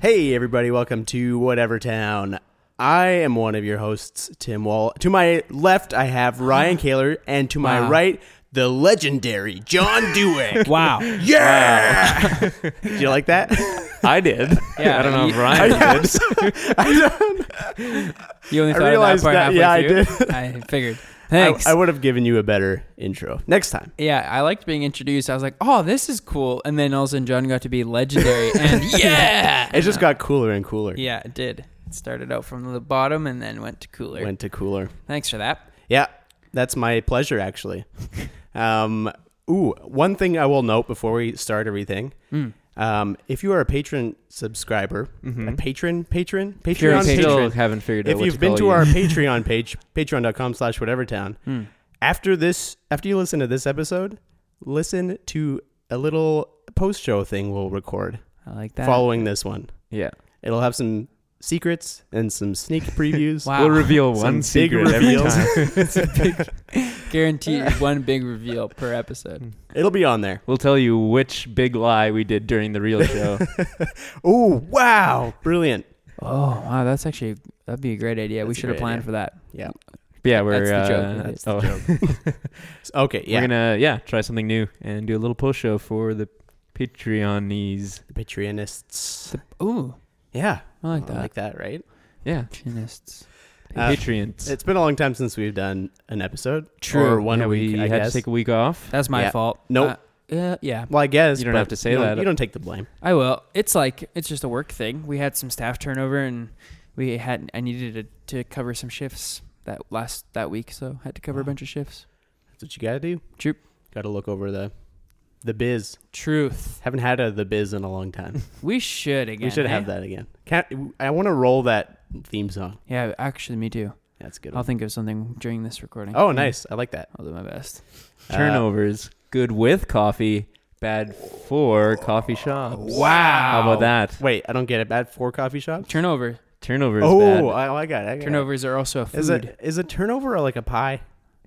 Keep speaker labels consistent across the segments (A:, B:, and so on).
A: Hey, everybody, welcome to Whatever Town. I am one of your hosts, Tim Wall. To my left, I have Ryan Kaler, and to my
B: Wow.
A: right, the legendary John Dewey.
B: Wow.
A: yeah! Did you like that?
C: I did.
B: Yeah,
C: I don't know
B: you-
C: if Ryan did.
A: I don't-
B: You only
A: I
B: thought of
A: realized
B: that
A: that-
B: part halfway
A: yeah, I
B: through. I figured. Thanks.
A: I, I would have given you a better intro next time.
B: yeah, I liked being introduced. I was like, "Oh, this is cool," and then all of a sudden, John got to be legendary, and yeah,
A: It just got cooler and cooler.
B: yeah, it did. It started out from the bottom and then went to cooler.
A: Went to cooler.
B: Thanks for that.
A: Yeah, that's my pleasure, actually. um, ooh, one thing I will note before we start everything.
C: Mm.
A: Um, if you are a patron subscriber,
C: Mm-hmm.
A: a patron, patron,
B: You're a
C: I
A: Patreon,
B: patron.
C: still
A: patron,
C: haven't figured out
A: if
C: what
A: you've been
C: call
A: to
C: you. Mm.
A: our Patreon page, patreon.com slash whatever town, after this, after you listen to this episode, listen to a little post show thing we'll record
B: I like that.
A: following this one.
C: yeah,
A: It'll have some secrets and some sneak previews.
B: Wow.
C: we'll reveal
A: Some
C: one
A: big
C: secret every
A: reveals.
C: time.
B: Guaranteed one big reveal per episode.
A: It'll be on there.
C: We'll tell you which big lie we did during the real show.
A: Ooh, wow. Brilliant.
B: Oh wow, that's actually that'd be a great idea. we
A: That's a
B: should have
A: great
B: planned
A: idea.
B: for that.
C: yeah, we're
B: That's the joke.
C: uh,
B: That's
C: oh,
A: Okay, yeah.
C: we're gonna yeah try something new and do a little post show for the Patreonies.
A: The Patreonists.
B: Ooh,
A: Yeah.
B: I like that.
A: right?
C: Yeah,
B: Chinnists.
A: Uh,
C: Patreons.
A: It's been a long time since we've done an episode.
B: True.
A: Or one
C: yeah,
A: a week,
C: we
A: I
C: had
A: guess.
C: to take a week off.
B: That's my
A: Yeah.
B: fault.
A: Nope.
B: Uh, uh, yeah,
A: well, I guess.
C: You don't
A: but
C: have to say
A: you don't-
C: that.
A: You don't take the blame.
B: I will. It's like it's just a work thing. We had some staff turnover, and we had I needed to, to cover some shifts that last that week, so had to cover a
A: Wow.
B: bunch of shifts.
A: That's what you got to do.
B: True.
A: Got to look over the the biz.
B: Truth.
A: Haven't had a the biz in a long time.
B: We should again.
A: we should
B: eh?
A: have that again. Can't, I want to roll that theme song.
B: Yeah, actually, me too.
A: That's a good.
B: I'll
A: One.
B: think of something during this recording.
A: Oh, nice. I like that.
B: I'll do my best.
A: Uh,
C: Turnovers. good with coffee. Bad for coffee shops.
B: Wow.
C: How about that?
A: Wait, I don't get it. Bad for coffee shops?
B: Turnover.
C: Turnovers. bad.
A: Oh, I, I got it. I got it.
B: Turnovers are also a food.
A: Is it is a turnover like a pie?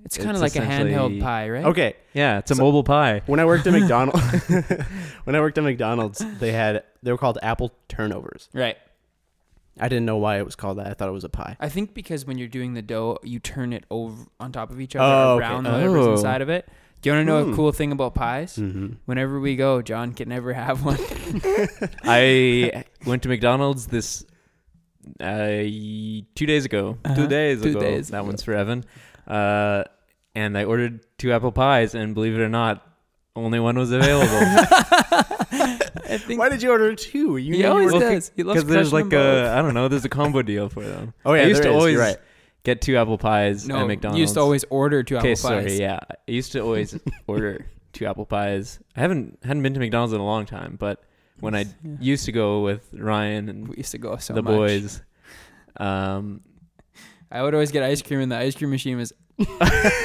B: it's kind of
C: It's
B: like a handheld
C: essentially-
B: pie, right?
A: Okay.
C: Yeah, it's a
A: So-
C: mobile pie.
A: When I worked at McDonald's, when I worked at McDonald's, they had they were called apple turnovers.
B: Right.
A: I didn't know why it was called that. I thought it was a pie.
B: I think because when you're doing the dough, you turn it over on top of each other
A: Oh, okay.
B: around whatever's
C: Oh.
B: inside of it. Do you want to know
A: Hmm.
B: a cool thing about pies? Whenever we go, John can never have one.
C: I went to McDonald's this uh, two days ago.
B: Uh-huh.
C: Two days
B: Two
C: ago.
B: days
C: that
B: ago.
C: one's for Evan. Uh, and I ordered two apple pies, and believe it or not, only one was available
B: I think
A: Why did you order two? You
B: he
A: knew
B: always
A: you were-
B: does. He loves
C: because there's
B: crushing
C: like
B: them
C: a I don't know, there's a combo deal for them.
A: Oh yeah,
C: I used
A: there
C: to
A: is.
C: always
A: You're right.
C: get two apple pies
B: both. no,
C: at McDonald's.
B: You used to always order two apple
C: okay,
B: pies.
C: sorry, yeah, I used to always order two apple pies. I haven't hadn't been to McDonald's in a long time, but when I
B: Yeah.
C: used to go with Ryan and
B: We used to go so
C: the
B: much.
C: boys. Um,
B: I would always get ice cream, and the ice cream machine was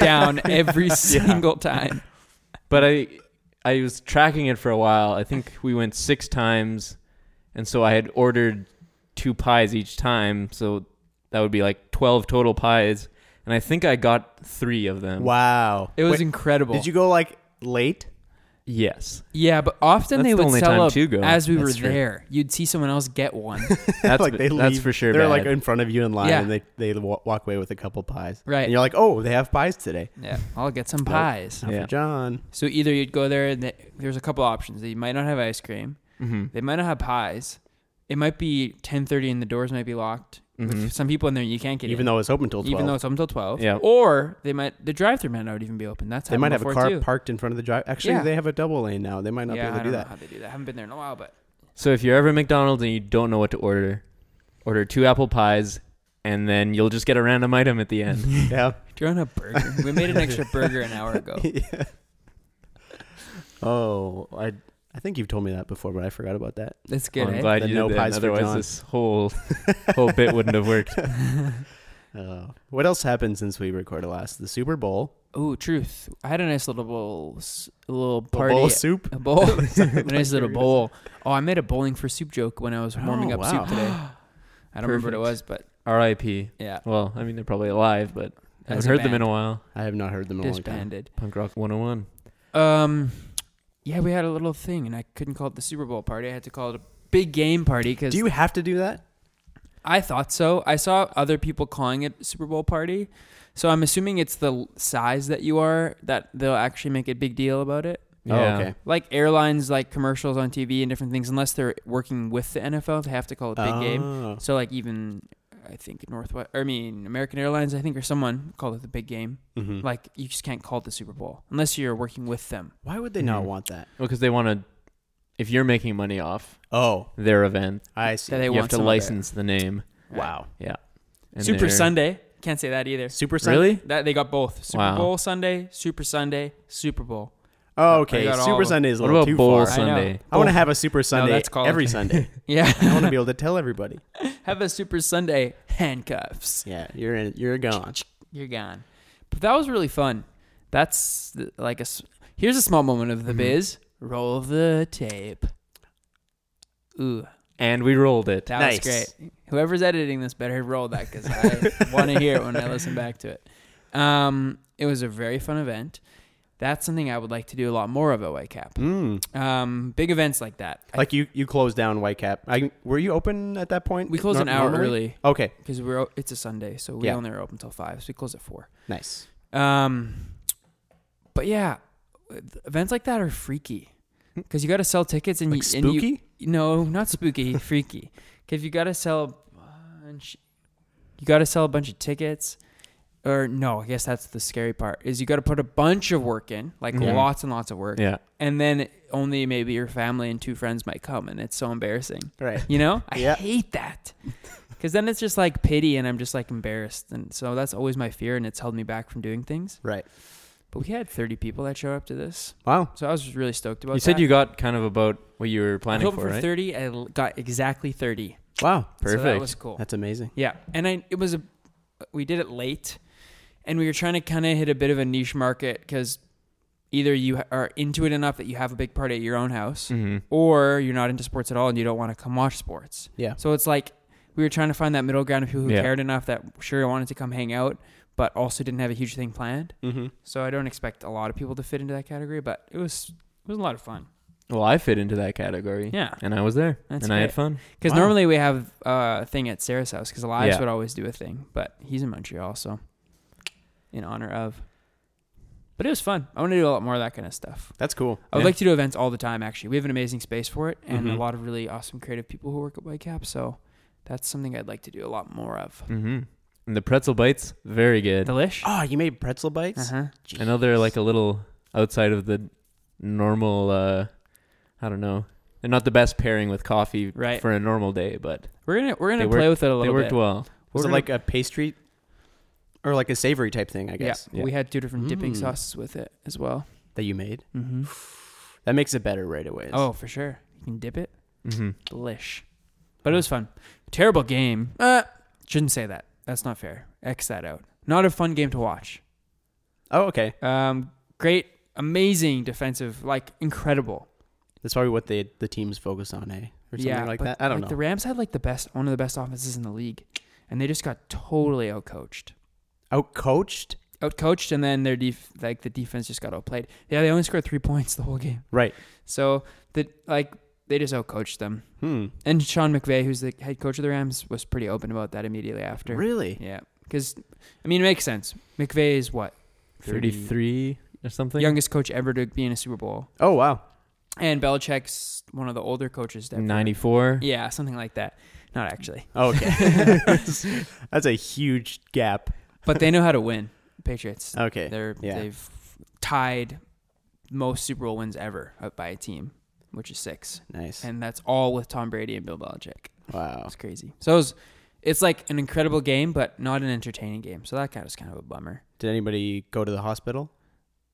B: down every single time.
C: but I I was tracking it for a while. I think we went six times, and so I had ordered two pies each time, so that would be like twelve total pies. And I think I got three of them.
A: Wow.
B: It was
A: Wait,
B: incredible.
A: Did you go like late?
C: Yes,
B: yeah, but often
C: That's
B: they
C: the
B: would
C: only
B: sell
C: time
B: up
C: to go.
B: as we
C: That's
B: were
C: true.
B: there. You'd see someone else get one.
C: that's
A: like they
C: that's
A: leave-
C: for sure.
A: They're
C: bad.
A: like in front of you in line,
B: Yeah.
A: and they they wa- walk away with a couple pies.
B: Right.
A: And you're like, oh, they have pies today.
B: yeah, I'll get some
A: Nope.
B: pies.
A: Not
C: Yeah.
A: for John.
B: So either you'd go there and th- there's a couple options. They might not have ice cream.
C: Mhm.
B: They might not have pies. It might be 10:30 and the doors might be locked. With
C: Mhm.
B: some people in there you can't get
A: Mm-hmm. Even
B: in,
A: though it's open till twelve.
B: even though it's open until 12.
C: Yeah.
B: Or they might the drive-through might not even be open. That's
A: they might have a
B: before
A: car
B: too.
A: parked in front of the drive. Actually,
B: Yeah.
A: they have a double lane now. They might not
B: yeah,
A: be able
B: I
A: to do
B: don't know
A: that.
B: how they do that. I haven't been there in a while, but
C: So if you're ever at McDonald's and you don't know what to order, order two apple pies, and then you'll just get a random item at the end.
A: Yeah.
B: do you want a burger? we made an extra burger an hour ago.
A: yeah. Oh, I I think you've told me that before, but I forgot about that.
B: That's good.
C: I'm
B: eh?
C: glad
A: The
C: you
A: no
C: did that.
A: pies for
C: Otherwise,
A: John.
C: this whole whole bit wouldn't have worked.
A: Oh. What else happened since we recorded last? The Super Bowl,
B: Ooh, truth. I had a nice little bowl, s- a little
A: The
B: party
A: bowl of soup.
B: A bowl. a nice little bowl. Oh, I made a bowling for soup joke when I was warming
A: Oh,
B: up
A: wow.
B: soup today. I don't remember what it
C: Perfect.
B: was, but
C: R.I.P.
B: yeah,
C: Well, I mean, they're probably alive, but I
B: As
C: haven't
B: a
C: heard them in
B: band.
C: a while.
A: I have not heard them in a long time.
B: disbanded.
C: Punk Rock 101.
B: Um, yeah, we had a little thing, and I couldn't call it the Super Bowl party. I had to call it a big game party because
A: Do you have to do that?
B: I thought so. I saw other people calling it Super Bowl party, so I'm assuming it's the l- size that you are that they'll actually make a big deal about it.
C: Yeah.
A: Oh, okay.
B: Like airlines, like commercials on TV and different things, unless they're working with the NFL, they have to call it big game.
A: Oh.
B: So like even I think Northwest, I mean American Airlines, I think or someone called it the big game.
A: Mhm.
B: Like you just can't call it the Super Bowl unless you're working with them.
A: Why would they not
B: mm-hmm.
C: Mhm.
A: want that?
C: Well, because they want to. If you're making money off
A: Oh,
C: their event,
A: I see.
B: That they
C: you
B: want
C: have to
B: some of it.
C: license the name.
A: wow.
C: and
B: Super
C: they're-
B: Sunday can't say that either.
A: Super Sun-
C: Really?
B: That they got both Super
C: Wow.
B: Bowl Sunday, Super Sunday, Super Bowl.
A: Oh, okay.
B: I got all
A: Super
B: of them.
A: Sunday is a
C: What
A: little
C: about
A: too
C: Bowl
A: far.
B: I know.
C: Sunday?
A: I want to
B: Bowl-
A: have a Super Sunday
B: that's college.
A: every Sunday. I
B: Yeah,
A: want to be able to tell everybody.
B: have a Super Sunday handcuffs.
A: Yeah, you're in. You're gone.
B: You're gone. But that was really fun. That's th- like a. s- Here's a small moment of the
C: Mhm.
B: biz. Roll the tape. Ooh,
C: And we rolled it.
B: that
A: Nice.
B: was great. Whoever's editing this better roll that because I want to hear it when I listen back to it. Um, it was a very fun event. That's something I would like to do a lot more of at Whitecap.
A: Mm.
B: Um, big events like that. I-
A: Like you, you closed down Whitecap. I were you open at that point?
B: we close
A: Nor-
B: an hour
A: normally?
B: early
A: Okay,
B: because we're o- it's a Sunday, so we
A: Yeah.
B: only are open till five. So we close at four.
A: nice.
B: Um, but yeah, events like that are freaky because you got to sell tickets and
A: Hmm. Like
B: you and you-
A: spooky.
B: no, not spooky, freaky. Because you got to sell a bunch, you got to sell a bunch of tickets. Or no, I guess that's the scary part is you got to put a bunch of work in, like
A: Mm-hmm.
C: Yeah.
B: lots and lots of work,
C: Yeah.
B: and then only maybe your family and two friends might come, and it's so embarrassing.
A: Right.
B: You know, I
A: Yeah.
B: hate that because then it's just like pity, and I'm just like embarrassed, and so that's always my fear, and it's held me back from doing things.
A: Right.
B: But we had 30 people that showed up to this,
A: Wow.
B: so I was really stoked about.
C: You said
B: that.
C: you got kind of about what you were
B: I was
C: planning
B: hoping
C: for, right?
B: 30. I l- got exactly 30.
A: Wow.
B: So that
C: Perfect.
B: was cool.
A: That's amazing.
B: Yeah, and I it was a we did it late, and we were trying to kind of hit a bit of a niche market because either you ha- are into it enough that you have a big party at your own house,
C: hmm
B: or you're not into sports at all and you don't want to come watch sports.
A: Yeah.
B: So it's like we were trying to find that middle ground of people who
C: Yeah.
B: cared enough that sure wanted to come hang out, but also didn't have a huge thing planned.
A: Mm-hmm.
B: So I don't expect a lot of people to fit into that category, but it was it was a lot of fun.
C: Well, I fit into that category.
B: Yeah.
C: And I was there.
B: That's
C: and I had
B: great.
C: fun.
B: Because
A: Wow.
B: normally we have uh, a thing at Sarah's house because Elias
C: Yeah.
B: would always do a thing, but he's in Montreal, so in honor of. But it was fun. I want to do a lot more of that kind of stuff.
A: That's cool.
B: I would
C: Yeah. Mm-hmm.
B: like to do events all the time. Actually, we have an amazing space for it, and
A: Mhm.
B: a lot of really awesome creative people who work at Whitecap. So that's something I'd like to do a lot more of.
C: hmm And the pretzel bites, very good.
B: Delish.
A: Oh, you made pretzel bites.
B: Uh-huh.
C: I know they're like a little outside of the normal. uh I don't know. They're not the best pairing with coffee
B: Right.
C: for a normal day, but
B: We're gonna we're gonna
C: They
B: play with it a little
C: they worked
B: bit.
C: well.
A: Was
B: We're
A: it
B: gonna-
A: like a pastry, or like a savory type thing? I guess
B: Yeah, we had two different dipping
A: Mm.
B: sauces with it as well.
A: that you made.
B: Mm-hmm.
A: That makes it better right away.
B: Oh, for sure. You can dip it. Mm-hmm.
C: hmm
B: Delish. But it was fun. Terrible game. Uh, shouldn't say that. That's not fair. X that out. Not a fun game to watch.
A: Oh, okay.
B: Um, great, amazing defensive, like incredible.
A: That's probably what they the teams focus on, eh? Or something like
B: but,
A: that. I don't
B: like,
A: know.
B: The Rams had like the best, one of the best offenses in the league, and they just got totally outcoached.
A: Out Oh, coached?
B: Outcoached, and then their def- like the defense just got outplayed. Yeah, they only scored three points the whole game.
A: Right.
B: So the like they just outcoached them.
A: Hmm.
B: And Sean McVay, who's the head coach of the Rams, was pretty open about that immediately after.
A: Really?
B: Yeah, because I mean, it makes sense. McVay is what
C: Thirty-three or something.
B: youngest coach ever to be in a Super Bowl,
A: Oh wow.
B: and Belichick's one of the older coaches.
A: Mm.
B: to ever-
C: Ninety-four. Mm.
B: Yeah, something like that. Not actually,
A: Oh, okay. That's a huge gap.
B: but they know how to win. Patriots.
A: Okay.
B: They're
A: yeah.
B: they've tied most Super Bowl wins ever up by a team, which is six,
A: Nice.
B: and that's all with Tom Brady and Bill Belichick.
A: wow.
B: That's crazy. So it was, it's like an incredible game, but not an entertaining game. So that kind of was kind of a bummer.
A: Did anybody go to the hospital?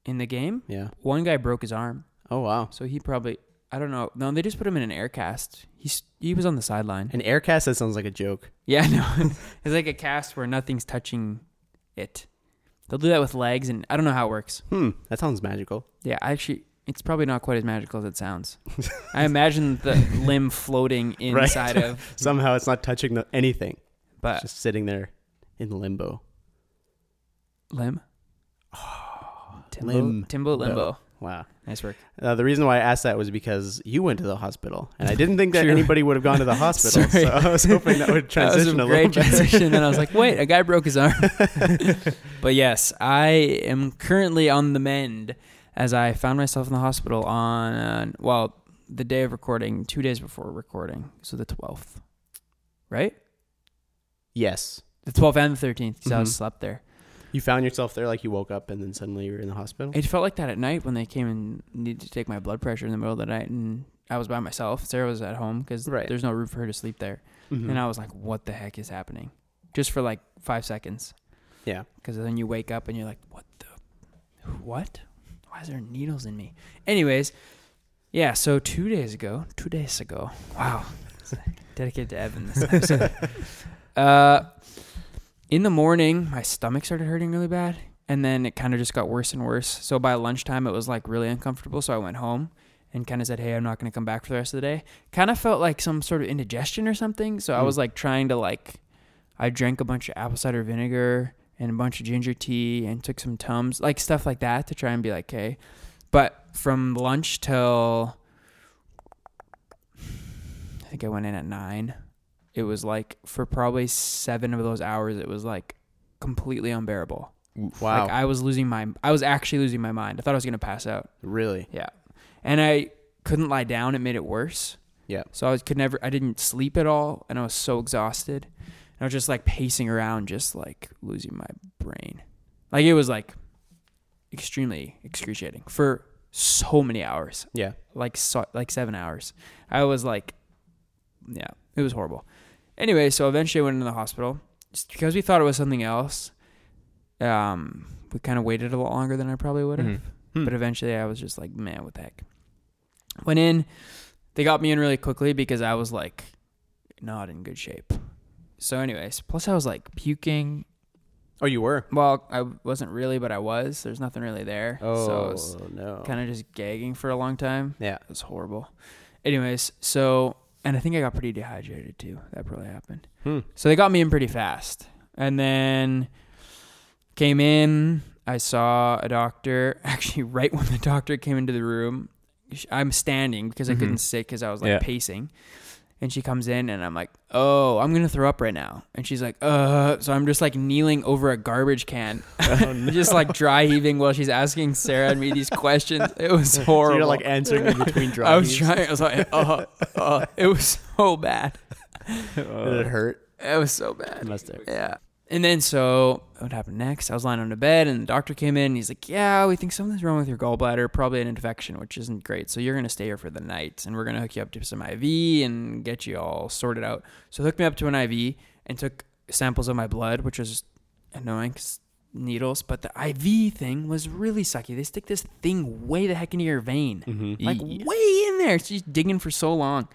B: In the game,
A: Yeah.
B: one guy broke his arm.
A: Oh wow.
B: So he probably I don't know. No, they just put him in an air cast. He's he was on the sideline.
A: An air cast? That sounds like a joke.
B: Yeah, no. it's like a cast where nothing's touching it. They'll do that with legs and I don't know how it works.
A: Hmm. That sounds magical.
B: Yeah, I actually it's probably not quite as magical as it sounds. I imagine the limb floating
A: Right.
B: inside of
A: Somehow it's not touching the, anything.
B: but
A: It's just sitting there in limbo.
B: limb. Timbo,
A: Limbo.
B: Timbo limbo.
A: Wow.
B: Nice work.
A: Uh, the reason why I asked that was because you went to the hospital, and I didn't think that
B: True.
A: anybody would have gone to the hospital.
B: Sorry.
A: so I was hoping that would transition
B: that was a,
A: a,
B: great
A: little bit.
B: transition, and I was like, "Wait, a guy broke his arm." but yes, I am currently on the mend, as I found myself in the hospital on uh, well the day of recording, two days before recording, so the twelfth, right?
A: Yes.
B: The twelfth and the thirteenth, because I
A: Mhm.
B: was slept there.
A: You found yourself there, like you woke up, and then suddenly you were in the hospital.
B: It felt like that at night when they came and needed to take my blood pressure in the middle of the night, and I was by myself. Sarah was at home because
A: Right.
B: there's no room for her to sleep there.
A: Mhm.
B: And I was like, what the heck is happening? Just for like five seconds.
A: Yeah.
B: Because then you wake up and you're like, what the? What? Why is there needles in me? Anyways, yeah, so two days ago, two days ago, wow. Dedicated to Evan this episode. uh, in the morning, my stomach started hurting really bad. And then it kind of just got worse and worse. So by lunchtime, it was like really uncomfortable. So I went home and kind of said, hey, I'm not going to come back for the rest of the day kind of felt like some sort of indigestion or something. So I was like trying to like, I drank a bunch of apple cider vinegar and a bunch of ginger tea and took some tums, like stuff like that, to try and be like, okay. But from lunch till I think I went in at nine. It was like for probably seven of those hours, it was like completely unbearable.
A: wow.
B: Like I was losing my, I was actually losing my mind. I thought I was gonna pass out.
A: really?
B: Yeah. And I couldn't lie down. It made it worse.
A: Yeah.
B: So I was, could never, I didn't sleep at all. And I was so exhausted. And I was just like pacing around, just like losing my brain. Like it was like extremely excruciating for so many hours
A: Yeah.
B: like so, like seven hours. I was like, yeah, it was horrible. Anyway, so eventually I went into the hospital just because we thought it was something else. Um, we kind of waited a lot longer than I probably would have,
C: Mhm.
A: Hmm.
B: but eventually I was just like, man, what the heck? Went in, they got me in really quickly because I was like, not in good shape. So, anyways, plus I was like puking.
A: Oh, you were.
B: Well, I wasn't really, but I was. There's nothing really there. so I was
A: no.
B: kind of just gagging for a long time.
A: Oh. yeah.
B: It was horrible. Anyways, so and I think I got pretty dehydrated too. That probably happened.
A: Hmm.
B: So they got me in pretty fast. And then came in, I saw a doctor. Actually, right when the doctor came into the room, sh- I'm standing because I
A: Mm-hmm.
B: couldn't sit because I was like
C: Yeah.
B: pacing. And she comes in and I'm like, "Oh, I'm going to throw up right now." And she's like, "Uh," so I'm just like kneeling over a garbage can.
A: Oh,
B: just like dry heaving while she's asking Sarah and me these questions. It was horrible.
A: So you're like answering in between drives.
B: I was trying. I was like, uh, uh, it was so bad.
A: Did it hurt?
B: It was so
A: It
B: bad.
A: must have.
B: Yeah. And then so what happened next? I was lying on the bed, and the doctor came in. and He's like, "Yeah, we think something's wrong with your gallbladder. Probably an infection, which isn't great. So you're gonna stay here for the night, and we're gonna hook you up to some IV and get you all sorted out." So they hooked me up to an IV and took samples of my blood, which was annoying 'cause needles. But the IV thing was really sucky. They stick this thing way the heck into your vein, like way in there. She's digging for so long.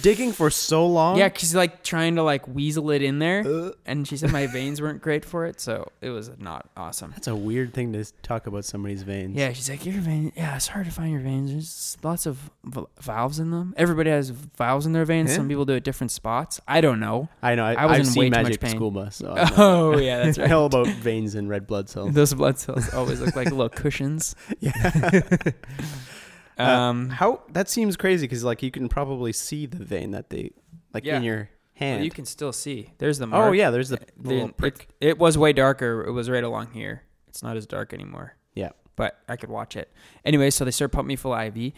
A: Digging for so long.
B: Yeah, she's like trying to like weasel it in there,
A: Uh.
B: and she said my veins weren't great for it, so it was not awesome.
A: That's a weird thing to s- talk about somebody's veins.
B: Yeah, she's like your vein. Yeah, it's hard to find your veins. There's lots of v- valves in them. Everybody has valves in their veins.
A: Yeah.
B: Some people do it different spots. I don't know.
A: I know. I,
B: I was
A: have
B: in
A: seen
B: way too much
A: Magic
B: pain.
A: School Bus. So I know.
B: Oh yeah, that's
A: I
B: right.
A: know about veins and red blood cells.
B: Those blood cells always look like little cushions.
A: Uh,
B: Um,
A: How that seems crazy because like you can probably see the vein that they like
B: Yeah.
A: in your
B: well,
A: hand.
B: you can still see. There's the mark.
A: oh yeah, there's the,
B: The-
A: little
B: it-
A: prick.
B: It, was way darker. It was right along here. It's not as dark anymore.
A: Yeah.
B: But I could watch it. Anyway, so they started pumping me full of IV.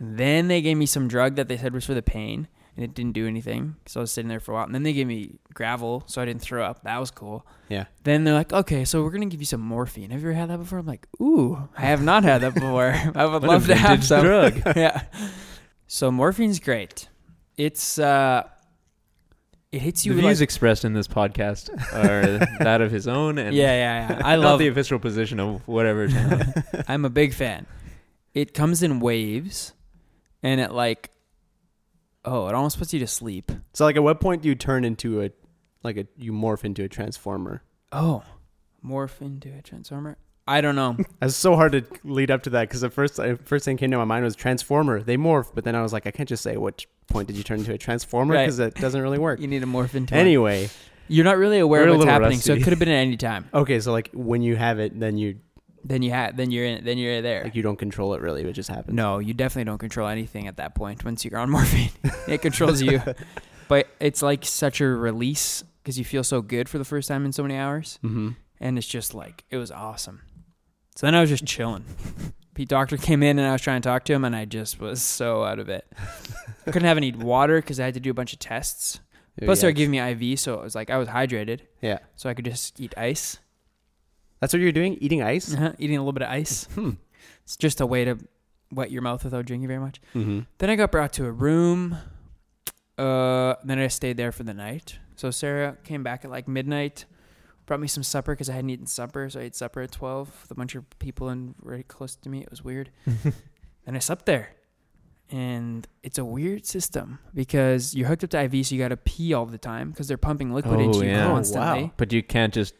B: Then they gave me some drug that they said was for the pain, and it didn't do anything. So I was sitting there for a while. And then they gave me gravel, so I didn't throw up. That was cool.
A: Yeah.
B: Then they're like, okay, so we're going to give you some morphine. Have you ever had that before? I'm like, ooh, I have not had that before. I would love to have some.
C: drug.
B: yeah. So morphine's great. It's, uh, it hits
C: The
B: you
C: views
B: like,
C: expressed in this podcast are that of his own and
B: yeah, yeah, yeah. I
C: not
B: love
C: the official position of whatever.
B: I'm a big fan. It comes in waves, and it like, oh, it almost puts you to sleep.
A: So like at what point do you turn into a like a you morph into a transformer?
B: Oh, morph into a transformer. I don't know.
A: That's so hard to lead up to that because the first I, first thing came to my mind was transformer. They morph, but then I was like, I can't just say what point did you turn into a transformer
B: Right.
A: because it doesn't really work.
B: you need to morph into. one.
A: Anyway,
B: you're not really aware
C: We're a
B: of what's
C: little
B: happening, so it
C: rusty.
B: could have been at any time.
A: okay, so like when you have it, then you
B: then you ha- then you're in, then you're there.
A: Like you don't control it really, it just happens.
B: No, you definitely don't control anything at that point once you're on morphine. it controls you. But it's like such a release because you feel so good for the first time in so many hours.
A: Mm-hmm.
B: And it's just like, it was awesome. So then I was just chilling. Pete Doctor came in and I was trying to talk to him and I just was so out of it. I couldn't have any water because I had to do a bunch of tests. Plus, they were giving me IV, so it was like I was hydrated,
A: Yeah.
B: so I could just eat ice.
A: That's what you're doing? Eating ice?
B: Uh-huh, eating a little bit of ice.
A: Hmm.
B: It's just a way to wet your mouth without drinking very much.
A: Mm-hmm.
B: Then I got brought to a room. Uh, then I stayed there for the night. So Sarah came back at like midnight, brought me some supper because I hadn't eaten supper. So I ate supper at twelve with a bunch of people and very close to me. It was weird. then I slept there, and it's a weird system because you're hooked up to IV, so you got to pee all the time because they're pumping liquid
C: Oh,
B: into you
C: yeah. Oh, wow.
B: constantly.
C: But you can't just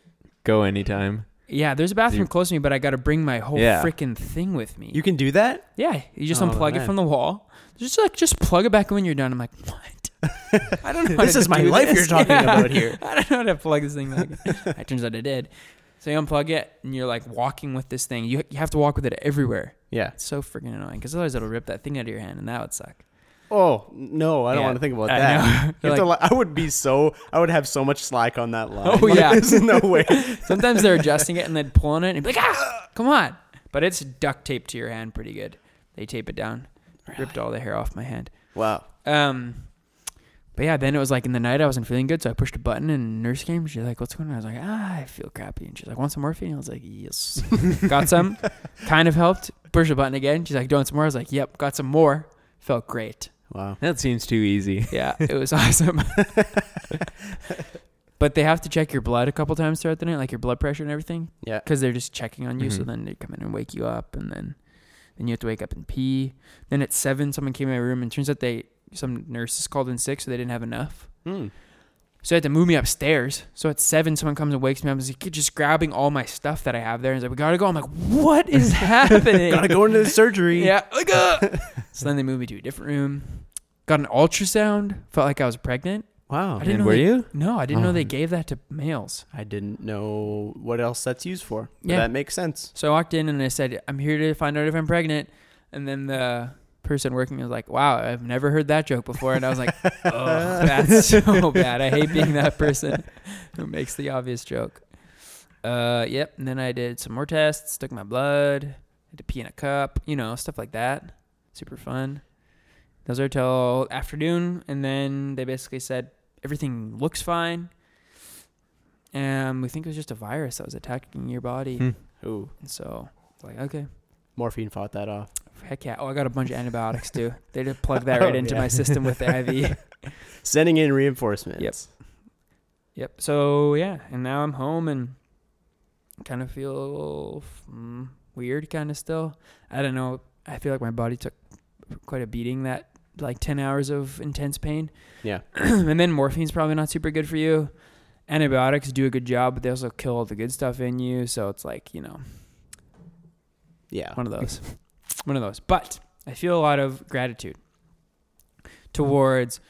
C: go anytime.
B: Yeah, there's a bathroom
C: You-
B: close to me, but I got to bring my whole
C: Yeah.
B: freaking thing with me.
A: You can do that?
B: Yeah, you just
A: Oh,
B: unplug it
A: man.
B: from the wall. Just like just plug it back in when you're done. I'm like, what? I don't know. how
A: This
B: to
A: is my
B: do
A: life you're talking
B: Yeah.
A: about here.
B: I don't know how to plug this thing back. in. it turns out I did. So you unplug it and you're like walking with this thing. You you have to walk with it everywhere.
A: Yeah.
B: It's so freaking annoying because otherwise it'll rip that thing out of your hand and that would suck.
A: Oh no, I don't
B: Yeah.
A: want to think about
B: I
A: that.
B: know.
A: You
B: You're
A: have to li- I would be so. I would have so much slack on that line.
B: Oh, yeah.
A: there's no way.
B: Sometimes they're adjusting it and they'd pull on it and be like, ah, come on. But it's duct taped to your hand pretty good. They tape it down. Ripped all the hair off my hand.
A: Wow.
B: Um, but yeah, then it was like in the night I wasn't feeling good, so I pushed a button and nurse came. She's like, "What's going on?" I was like, "Ah, I feel crappy." And she's like, "Want some morphine?" I was like, "Yes." got some, kind of helped. Pushed a button again. She's like, "Do you want some more?" I was like, "Yep." Got some more. Felt great.
A: Wow.
C: That seems too easy.
B: Yeah, it was awesome. but they have to check your blood a couple times throughout the night, like your blood pressure and everything,
A: Yeah.
B: because they're just checking on you. So
A: Mm-hmm.
C: Mhm.
B: then they come in and wake you up, and then then you have to wake up and pee. Then at seven, someone came in my room, and turns out they some nurses called in sick, so they didn't have enough.
A: Hmm.
B: So they had to move me upstairs. So at seven, someone comes and wakes me up. and is like, just grabbing all my stuff that I have there. And he's like, "We gotta go." I'm like, "What is happening?"
A: Gotta go into the surgery.
B: Yeah, like, uh. so then they moved me to a different room. Got an ultrasound. Felt like I was pregnant.
A: Wow.
B: I didn't
C: and
B: know
C: were
B: they-
C: you?
B: No, I didn't know
C: Oh.
B: they gave that to males.
A: I didn't know what else that's used for. But
B: Yeah.
A: That makes sense.
B: So I walked in and I said, I'm here to find out if I'm pregnant. And then the person working was like, wow, I've never heard that joke before. And I was like, oh, that's so bad. I hate being that person who makes the obvious joke. Uh, yep. And then I did some more tests, took my blood, had to pee in a cup, you know, stuff like that. Super fun. Those are till afternoon. And then they basically said, everything looks fine. Um, we think it was just a virus that was attacking your body.
C: Hmm.
A: Ooh,
B: And so, like, okay,
A: morphine fought that off.
B: heck yeah. Oh, I got a bunch of antibiotics too. They just plug that right
A: Oh,
B: into
A: yeah.
B: my system with the IV.
A: Sending in reinforcements.
B: yep. So yeah, and now I'm home and kind of feel mm, weird, kind of still. I don't know. I feel like my body took quite a beating that like ten hours of intense pain.
A: Yeah.
B: and then morphine's probably not super good for you. Antibiotics do a good job, but they also kill all the good stuff in you. So it's like you know.
A: Yeah.
B: One of those. One of those. But I feel a lot of gratitude towards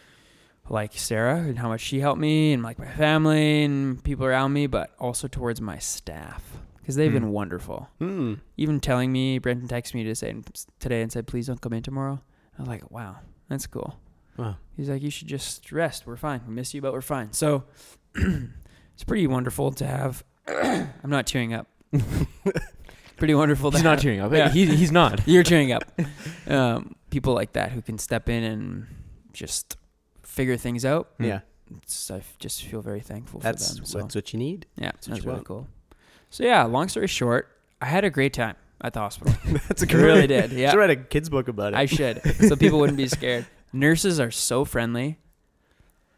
B: like Sarah and how much she helped me and like my family and people around me, but also towards my staff because they've
C: Hmm.
B: been wonderful.
A: Hmm.
B: Even telling me, Brenton texted me to say today and said, please don't come in tomorrow. I was like, wow, that's cool.
A: Wow.
B: He's like, you should just rest. We're fine. We miss you, but we're fine. So it's pretty wonderful to have. I'm not cheering up. pretty wonderful to
C: He's not
B: have-
C: cheering up.
B: Yeah.
C: He, he's not.
B: you're cheering up. Um, people like that who can step in and just figure things out.
C: Hmm.
A: Yeah.
B: It's, I f- just feel very thankful
A: That's
B: for them. So
A: that's what you need.
B: yeah,
A: what
B: that's
A: you
B: really
A: want.
B: cool. So yeah, long story short, I had a great time at the hospital.
A: that's a
B: I really did.
A: I should
B: Yeah,
A: read a kid's book about it.
B: I should, so people wouldn't be scared. Nurses are so friendly.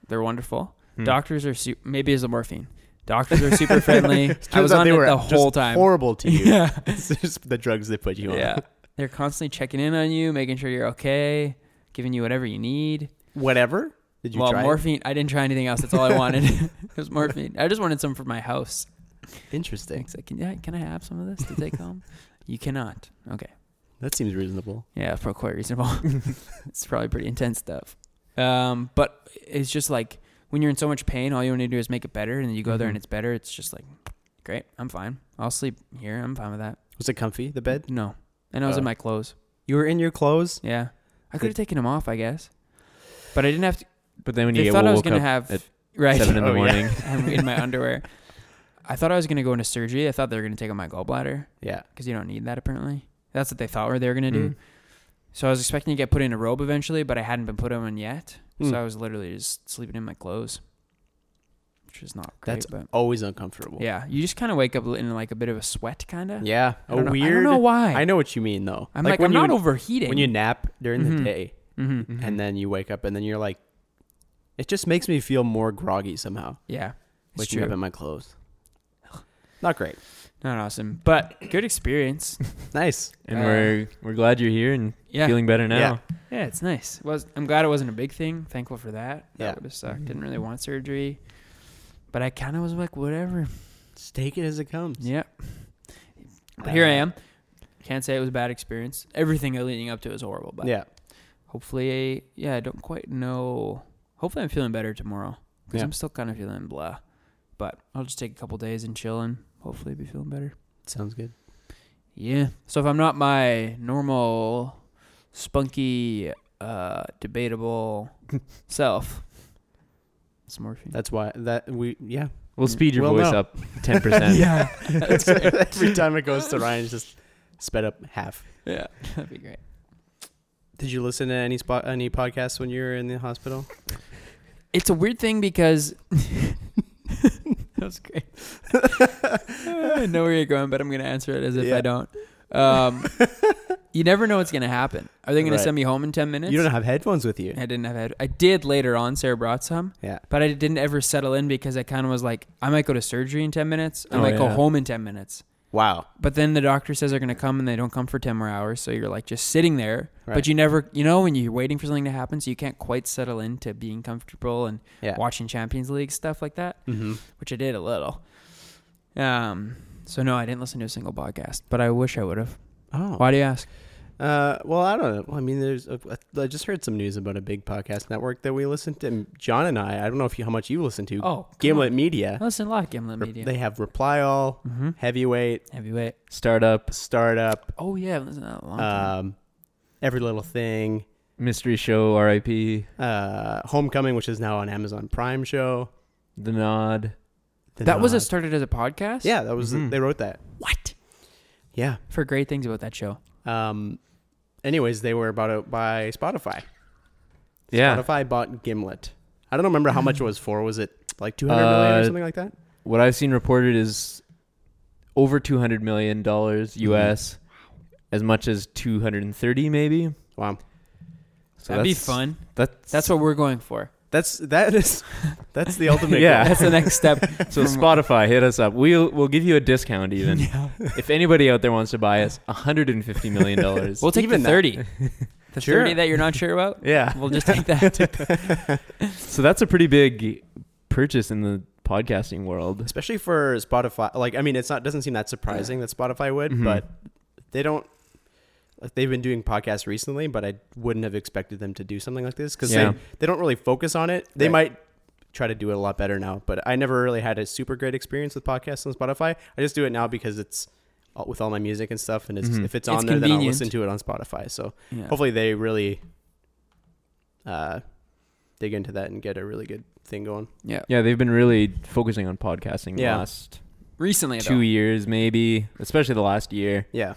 B: They're wonderful.
A: Mm.
C: Hmm.
B: Doctors are su- maybe it's the morphine. Doctors are super friendly. I was
A: Turns out
B: on
A: they
B: it
A: were
B: the
A: just
B: whole time.
A: Horrible to you.
B: Yeah.
A: it's just the drugs they put you on.
B: Yeah. They're constantly checking in on you, making sure you're okay, giving you whatever you need.
A: Whatever. Did you
B: well,
A: try? it?
B: morphine, I didn't try anything else. That's all I wanted. it was morphine. I just wanted some for my house.
A: Interesting.
B: It's like, can, yeah, can I have some of this to take home? You cannot. Okay.
A: That seems reasonable.
B: Yeah, for quite reasonable. it's probably pretty intense stuff. Um, but it's just like when you're in so much pain, all you want to
A: Mm-hmm.
B: do is make it better, and then you go there
C: Mhm.
B: and it's better. It's just like, great, I'm fine. I'll sleep here. I'm fine with that.
A: Was it comfy, the bed?
B: No, and I was
A: Oh.
B: in my clothes.
A: You were in your clothes?
B: Yeah, I could have taken them off, I guess, but I didn't have to.
C: But then when you
B: They
C: get
B: thought I was
C: woke
B: gonna
C: up
B: have
C: at
B: right
C: seven in the
A: Oh, yeah.
C: morning,
B: I'm in my underwear. I thought I was gonna go into surgery. I thought they were gonna take out my gallbladder
A: Yeah.
B: because you don't need that apparently. That's what they thought were they were gonna
C: Mm.
B: do. So I was expecting to get put in a robe eventually, but I hadn't been put on yet.
A: Mm.
B: So I was literally just sleeping in my clothes, which is not great.
A: That's
B: but
A: always uncomfortable.
B: yeah, you just kind of wake up in like a bit of a sweat, kind of.
A: Yeah.
B: I
A: A
B: don't know-
A: weird.
B: I don't know why.
A: I know what you mean, though.
B: I'm like, I'm
A: you,
B: not overheating.
A: When you Mm-hmm. nap during the
B: Mhm.
A: day
B: hmm
A: and then you wake up and then you're like, it just makes me feel more groggy somehow.
B: yeah, it's
A: Waking
B: true.
A: up in my clothes. Not great.
B: Not awesome, but good experience.
A: Nice.
C: and
B: Uh,
C: we're we're glad you're here and
B: Yeah,
C: feeling better now.
B: yeah, it's nice. Was I'm glad it wasn't a big thing. Thankful for that. That
A: Yeah.
B: would have sucked. Didn't really want surgery, but I kind of was like, whatever.
A: Just take it as it comes.
B: Yep. But here I am. Can't say it was a bad experience. Everything leading up to it was horrible, but
A: Yeah.
B: hopefully, yeah, I don't quite know. Hopefully, I'm feeling better tomorrow because
A: Yeah.
B: I'm still kind of feeling blah. But I'll just take a couple days and chill and hopefully be feeling better.
A: Sounds good.
B: Yeah. So if I'm not my normal, spunky, uh, debatable self, it's morphine.
A: That's why that we yeah.
C: We'll speed your
A: Well,
C: voice
A: no.
C: up ten percent.
B: yeah, that's great.
A: Every time it goes to Ryan, it's just sped up half.
B: Yeah, that'd be great.
A: Did you listen to any spot any podcasts when you were in the hospital?
B: It's a weird thing because that was great. I know where you're going, but I'm gonna answer it as if
A: Yeah.
B: I don't. Um, you never know what's gonna happen. Are they gonna
A: Right.
B: send me home in ten minutes?
A: You don't have headphones with you.
B: I didn't have. Head- I did later on. Sarah brought some.
A: Yeah.
B: but I didn't ever settle in because I kind of was like, I might go to surgery in 10 minutes. I
A: Oh,
B: might go
A: yeah.
B: home in 10 minutes.
A: Wow.
B: But then the doctor says they're going to come and they don't come for 10 more hours. So you're like just sitting there.
A: Right.
B: But you never, you know, when you're waiting for something to happen, so you can't quite settle into being comfortable and
A: Yeah.
B: watching Champions League stuff like that,
A: Mm-hmm.
B: which I did a little. Um, so no, I didn't listen to a single podcast, but I wish I would have.
A: Oh.
B: Why do you ask?
A: Uh, well, I don't know. Well, I mean, there's. A, I just heard some news about a big podcast network that we listened to. And John and I. I don't know if you, how much you listen to.
B: Oh, come
A: Gimlet
B: on.
A: Media.
B: I listen to a lot of Gimlet
A: Re-
B: Media.
A: They have Reply All,
B: Mhm.
A: Heavyweight,
B: Heavyweight.
C: Startup,
A: Startup,
B: Oh yeah, I've listened to that a long time.
A: um, Every Little Thing,
C: mystery show, R.I.P.
A: uh, Homecoming, which is now on Amazon Prime show.
C: The Nod.
A: The
B: that was a
A: Nod.
B: started as a podcast.
A: yeah. That was
C: Mhm.
A: they wrote that.
B: What?
A: Yeah.
B: For great things about that show.
A: Um. Anyways, they were bought out by Spotify.
C: Yeah.
A: Spotify bought Gimlet. I don't remember how much it was for. Was it like two hundred million or
C: Uh,
A: something like that?
C: What I've seen reported is over two hundred million dollars U.S. As much as two hundred and thirty, maybe.
A: Wow.
C: So
B: That'd be
C: that's-
B: fun.
C: That's
B: That's what we're going for.
A: That's that is that's the ultimate.
C: Yeah.
A: goal.
B: That's the next step.
C: So Spotify, hit us up. We'll we'll give you a discount even. If anybody out there wants to buy us, hundred and fifty million dollars.
B: We'll take
A: Even
B: the
A: that.
B: 30. The
A: Sure.
B: 30 that you're not sure about.
C: yeah.
B: We'll just take that.
C: So that's a pretty big purchase in the podcasting world.
A: Especially for Spotify. Like I mean, it's not doesn't seem that surprising that Spotify would,
B: Mm-hmm.
C: Mhm.
A: but they don't. Like they've been doing podcasts recently, but I wouldn't have expected them to do something like this because
C: Yeah.
A: they they don't really focus on it. They
B: Right.
A: might try to do it a lot better now, but I never really had a super great experience with podcasts on Spotify. I just do it now because it's all- with all my music and stuff, and it's,
C: Mhm.
A: if it's
B: Mm-hmm. It's
A: on there, then I'll
B: convenient.
A: listen to it on Spotify. So
B: Yeah.
A: hopefully they really uh, dig into that and get a really good thing going.
B: yeah.
C: Yeah, they've been really focusing on podcasting the
A: Yeah.
C: last
B: Recently,
C: two
B: though.
C: years, maybe, especially the last year.
A: Yeah.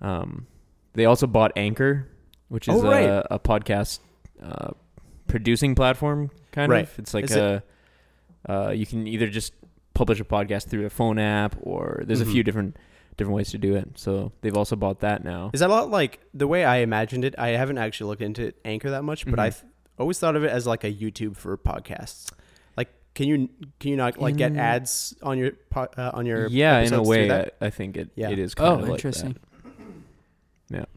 C: Um, they also bought Anchor, which is
A: Oh, right.
C: a, a podcast uh, producing platform, kind
A: Right.
C: of. It's like
A: Is
C: a uh, you can either just publish a podcast through a phone app, or there's
A: Mhm.
C: a few different different ways to do it. So they've also bought that now.
A: Is that a lot like the way I imagined it? I haven't actually looked into Anchor that much, but
C: Mhm.
A: I've always thought of it as like a YouTube for podcasts. Like, can you can you not like get
B: In-
A: ads on your po- uh, on your
C: Mm. yeah, in a
A: episodes through
C: way, I,
A: that?
C: I think it
A: Yeah.
C: it is kind
B: Oh,
C: of like
B: interesting.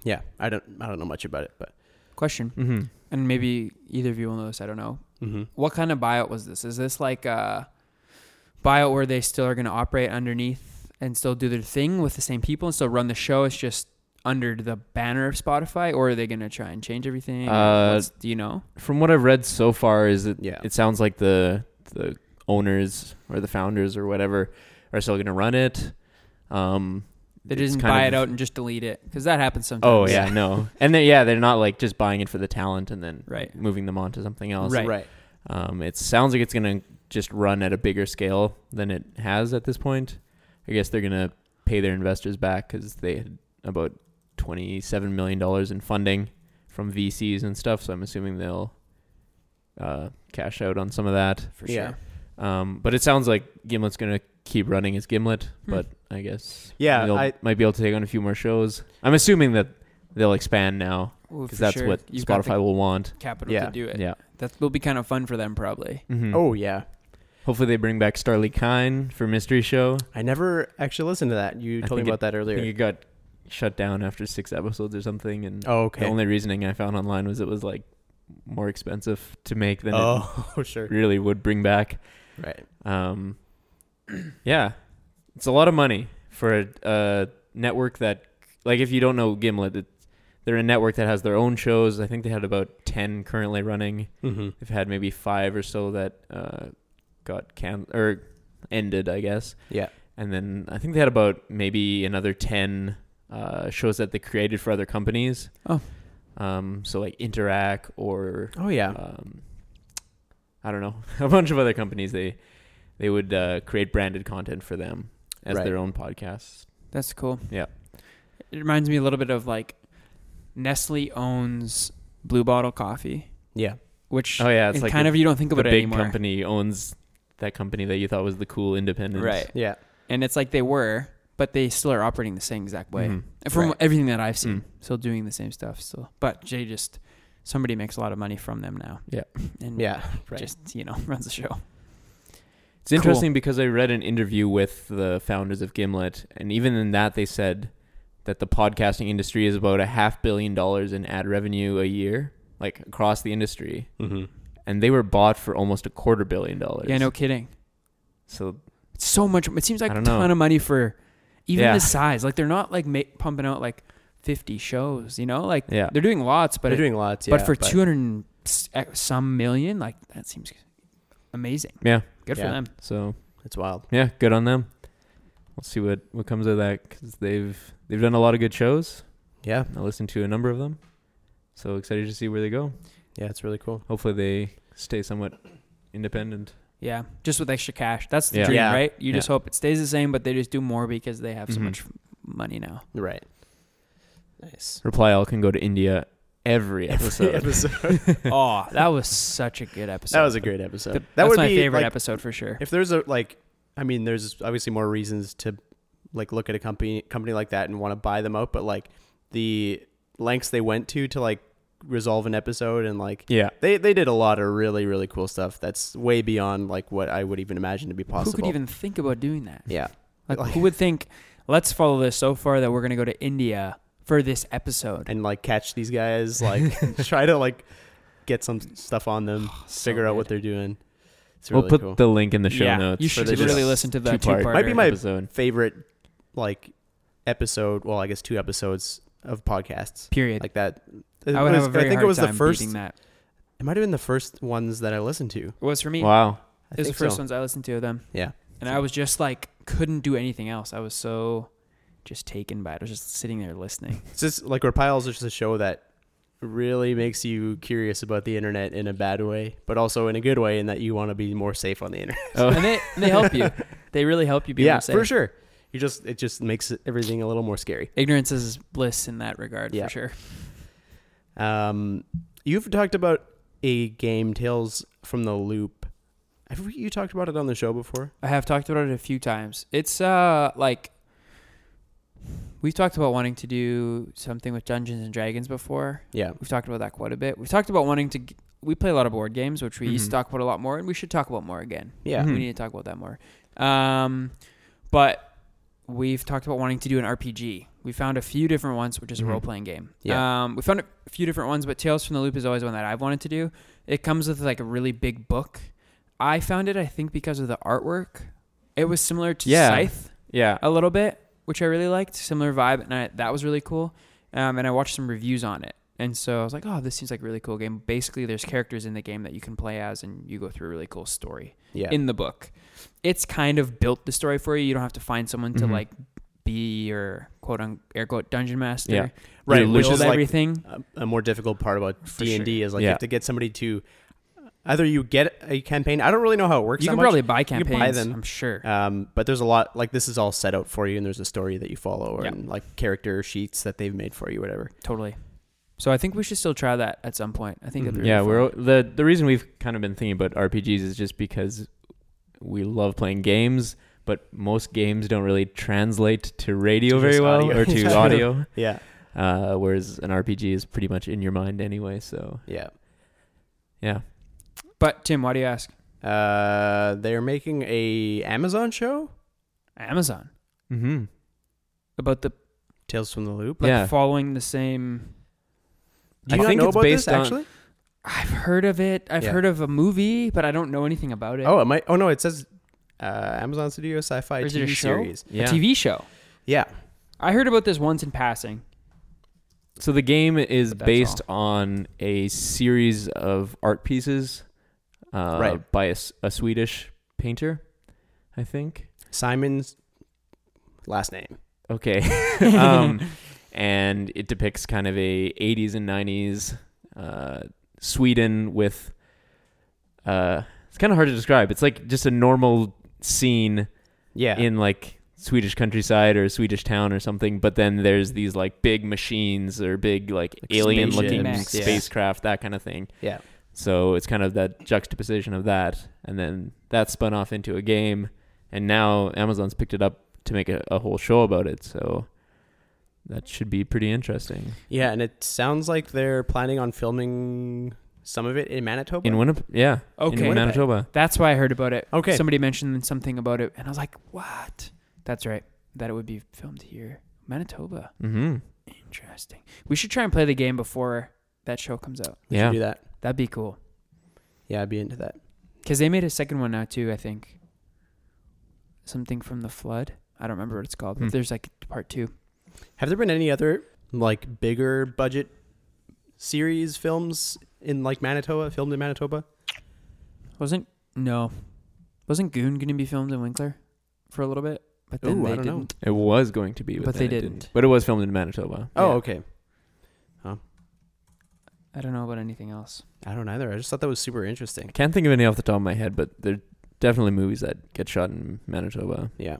A: yeah, I don't I don't know much about it, but
B: Question.
C: That. hmm
B: And maybe either of you will know this. I don't know.
A: hmm
B: What kind of buyout was this? Is this like a buyout where they still are going to operate underneath and still do their thing with the same people and still run the show? It's just under the banner of Spotify, or are they going to try and change everything?
C: Uh,
B: What's- do you know?
C: From what I've read so far, is that
A: yeah,
C: it sounds like the the owners or the founders or whatever are still going to run it. Um,
B: They
C: It's
B: didn't
C: kind
B: buy it
C: of-
B: out and just delete it because that happens sometimes.
C: Oh yeah, no, and then yeah, they're not like just buying it for the talent and then
B: Right.
C: moving them on to something else.
B: Right.
C: Um, it sounds like it's gonna just run at a bigger scale than it has at this point. I guess they're gonna pay their investors back because they had about twenty-seven million dollars in funding from VCs and stuff. So I'm assuming they'll uh, cash out on some of that.
B: for
A: Yeah.
B: sure.
C: Um, but it sounds like Gimlet's gonna keep running as Gimlet.
B: Hmm.
C: But I guess
A: Yeah,
C: they'll-
A: I-
C: might be able to take on a few more shows. I'm assuming that they'll expand now
B: Well, for
C: because that's
B: sure,
C: what
B: you've got the
C: Spotify will want.
B: capital
A: Yeah.
B: to do it.
C: Yeah.
B: That will be kind of fun for them probably.
C: Mhm.
A: Oh yeah.
C: Hopefully they bring back Starly Kine for Mystery Show.
A: I never actually listened to that. You
C: I
A: told me
C: think
A: about that
C: I
A: earlier.
C: think it got shut down after six episodes or something, and
A: oh
C: the
A: okay.
C: only reasoning I found online was it was like more expensive to make than
A: Oh
C: it
A: sure.
C: really would bring back.
A: Right.
C: Um, yeah, it's a lot of money for a, a network that, like, if you don't know Gimlet, it, they're a network that has their own shows. I think they had about ten currently running.
A: Mm-hmm.
C: They've had maybe five or so that uh, got can or ended, I guess.
A: Yeah.
C: And then I think they had about maybe another ten uh, shows that they created for other companies.
B: Oh.
C: Um, so like Interact or
A: Oh yeah.
C: um, I don't know a bunch of other companies they they would uh, create branded content for them as
A: Right.
C: their own podcasts.
B: That's cool.
C: Yeah.
B: It reminds me a little bit of like Nestle owns Blue Bottle Coffee,
A: yeah.
B: which
C: Oh yeah, it's
B: it
C: like
B: kind
C: the,
B: of you don't think
C: the
B: about
C: big
B: it anymore.
C: company owns that company that you thought was the cool independent,
B: Right.
A: Yeah.
B: And it's like they were, but they still are operating the same exact way.
C: Mhm.
B: From
A: Right.
B: everything that I've seen,
C: Mm.
B: still doing the same stuff still. But Jay just somebody makes a lot of money from them now.
C: Yeah.
B: And
A: Yeah. Right.
B: just, you know, runs the show.
C: It's interesting because I read an interview with the founders of Gimlet, and even in that, they said that the podcasting industry is about a half billion dollars in ad revenue a year, like across the industry,
A: mm-hmm.
C: and they were bought for almost a quarter billion dollars.
B: Yeah, no kidding.
C: So
B: It's so much. It seems like
C: I
B: a
C: don't
B: ton
C: know.
B: of money for even
C: Yeah.
B: the size. Like they're not like ma- pumping out like fifty shows. You know, like
C: Yeah.
B: they're doing lots, but
A: But
B: it,
A: they're doing lots.
B: but
A: yeah,
B: for two hundred eh, some million, like that seems amazing.
C: yeah,
B: Good
A: Yeah.
B: for them.
C: so
A: it's wild.
C: yeah, good on them. We'll see what what comes of that because they've they've done a lot of good shows.
A: Yeah.
C: I listened to a number of them, so excited to see where they go.
A: Yeah. It's really cool.
C: Hopefully, they stay somewhat independent.
B: Yeah, just with extra cash. That's the
C: Yeah.
B: dream,
A: Yeah. Mm-hmm.
B: right? You just
C: Yeah.
B: hope it stays the same, but they just do more because they have so
C: Mhm.
B: much money now.
A: Right. Nice.
C: Reply all can go to India every episode.
A: episode.
B: oh, that was such a good episode.
A: that was a great episode.
B: The-
A: that
B: that's
A: would
B: my
A: be
B: favorite
A: like,
B: episode for sure.
A: If there's a like, I mean, there's obviously more reasons to like look at a company company like that and want to buy them out, but like the lengths they went to to like resolve an episode and like
C: yeah.
A: they they did a lot of really really cool stuff that's way beyond like what I would even imagine to be possible.
B: Who could even think about doing that?
A: Yeah.
B: Like,
A: Like-
B: who would think, let's follow this so far that we're going to go to India for this episode?
A: And like catch these guys, like try to like get some stuff on them,
B: Oh,
A: figure out what they're doing. It's
C: We'll
A: really
C: put
A: cool.
C: the link in the show
B: yeah,
C: notes.
B: You
A: for
B: should
A: the
B: really
A: just
B: listen to that two
C: two-part.
B: part.
A: Might be my-
C: episode.
A: favorite like episode. Well, I guess two episodes of podcasts
B: period.
A: like that.
B: I would
A: was-
B: have a very
A: think
B: hard
A: it was
B: time
A: the first.
B: beating that.
A: It might have been the first ones that I listened to.
B: It was for me.
C: Wow.
A: I
B: it was the
A: think
B: first
A: so.
B: ones I listened to of them.
A: Yeah.
B: And I was just like, couldn't do anything else. I was so just taken by it. I was just sitting there listening.
A: It's just like Repiles is just a show that really makes you curious about the internet in a bad way, but also in a good way in that you want to be more safe on the internet.
C: Oh.
B: and they, they help you. They really help you be
A: yeah,
B: more safe.
A: for sure. You just it just makes it- everything a little more scary.
B: Ignorance is bliss in that regard,
A: Yeah.
B: for sure.
A: Um, you've talked about a game Tales from the Loop. Have we- you talked about it on the show before?
B: I have talked about it a few times. It's uh like we've talked about wanting to do something with Dungeons and Dragons before.
A: Yeah.
B: We've talked about that quite a bit. We've talked about wanting to. g- We play a lot of board games, which we used to
A: Mm-hmm.
C: Mhm.
B: talk about a lot more, and we should talk about more again.
A: Yeah.
C: Mhm.
B: We need to talk about that more. Um, but we've talked about wanting to do an RPG. We found a few different ones, which is a
C: Mhm.
B: role playing game.
A: Yeah.
B: Um, we found a few different ones, but Tales from the Loop is always one that I've wanted to do. It comes with like a really big book. I found it, I think, because of the artwork. It was similar to
C: Yeah.
B: Scythe
C: Yeah.
B: a little bit, which I really liked. Similar vibe, and I, that was really cool. Um, and I watched some reviews on it, and so I was like, "Oh, this seems like a really cool game." Basically, there's characters in the game that you can play as, and you go through a really cool story
A: Yeah. Mm-hmm.
B: in the book. It's kind of built the story for you. You don't have to find someone to
C: Mhm.
B: like be your quote unquote air quote dungeon master.
C: Yeah.
B: You
A: Right, which
B: build
A: is like-
B: everything.
A: a, a more difficult part about
B: For
A: D and D is like you
C: Yeah.
A: have to get somebody to either you get a campaign. I don't really know how it works.
B: you
A: that
B: can
A: much,
B: probably buy
A: can
B: campaigns.
A: buy them.
B: I'm sure.
A: um, but there's a lot like this is all set out for you, and there's a story that you follow,
B: Yeah.
A: and like character sheets that they've made for you, whatever.
B: Totally. So I think we should still try that at some point. I think it'd be
A: Mm-hmm.
C: yeah,
B: really
C: we're
B: fun.
C: the the reason we've kind of been thinking about RPGs is just because we love playing games, but most games don't really translate to radio
A: To
C: very
A: just
C: well
A: audio.
C: or to
A: Yeah.
C: audio.
A: Yeah,
C: Uh, whereas an RPG is pretty much in your mind anyway. So
A: yeah.
C: yeah,
B: But Tim, why do you ask?
A: Uh, they're making a Amazon show,
B: Amazon
C: mm-hmm.
B: about the
A: Tales from the Loop.
B: like
C: Yeah.
B: following the same.
A: Do
C: I
A: you not
C: think
A: know
C: it's
A: about
C: based
A: this
C: on-
A: actually?
B: I've heard of it. I've
A: Yeah.
B: heard of a movie, but I don't know anything about it.
A: Oh, it might. Oh no, it says uh, Amazon Studio Sci-Fi
B: Or is
A: TV
B: it a show?
A: series.
B: a
C: yeah.
B: TV show.
A: Yeah,
B: I heard about this once in passing.
C: So the game is
B: But that's
C: based on a series of art pieces, uh,
A: Right.
C: by a, S- a Swedish painter, I think.
A: Simon's last name.
C: Okay, um, and it depicts kind of a 80s and 90s uh, Sweden with. Uh, it's kind of hard to describe. It's like just a normal scene
A: Yeah,
C: in like Swedish countryside or a Swedish town or something, but then there's these like big machines or big like,
A: Like
C: alien looking
B: spaceships, yeah.
C: spacecraft, that kind of thing.
A: Yeah.
C: So it's kind of that juxtaposition of that, and then that spun off into a game, and now Amazon's picked it up to make a, a whole show about it. So that should be pretty interesting.
A: yeah, and it sounds like they're planning on filming some of it in Manitoba.
C: In Winnipeg, yeah,
B: Okay.
C: in Manitoba.
B: That's why I heard about it.
A: Okay.
B: Somebody mentioned something about it, and I was like, "What?" That's right. That it would be filmed here, Manitoba.
C: Mm-hmm.
B: Interesting. We should try and play the game before that show comes out.
A: We should
C: Yeah.
A: do that.
B: That'd be cool.
A: Yeah, I'd be into that.
B: Cause they made a second one now too. I think something from the flood. I don't remember what it's called,
C: Hmm.
B: but there's like part two.
A: Have there been any other like bigger budget series films in like Manitoba, filmed in Manitoba?
B: Wasn't no, wasn't Goon gonna be filmed in Winkler for a little bit? But then
A: Ooh,
B: they
A: I don't know.
B: didn't.
C: It was going to be, but,
B: But they
C: then it
B: didn't.
C: But it was filmed in Manitoba.
A: Oh,
B: Yeah.
A: okay.
B: I don't know about anything else.
A: I don't either. I just thought that was super interesting.
C: I can't think of any off the top of my head, but there are definitely movies that get shot in Manitoba.
A: Yeah.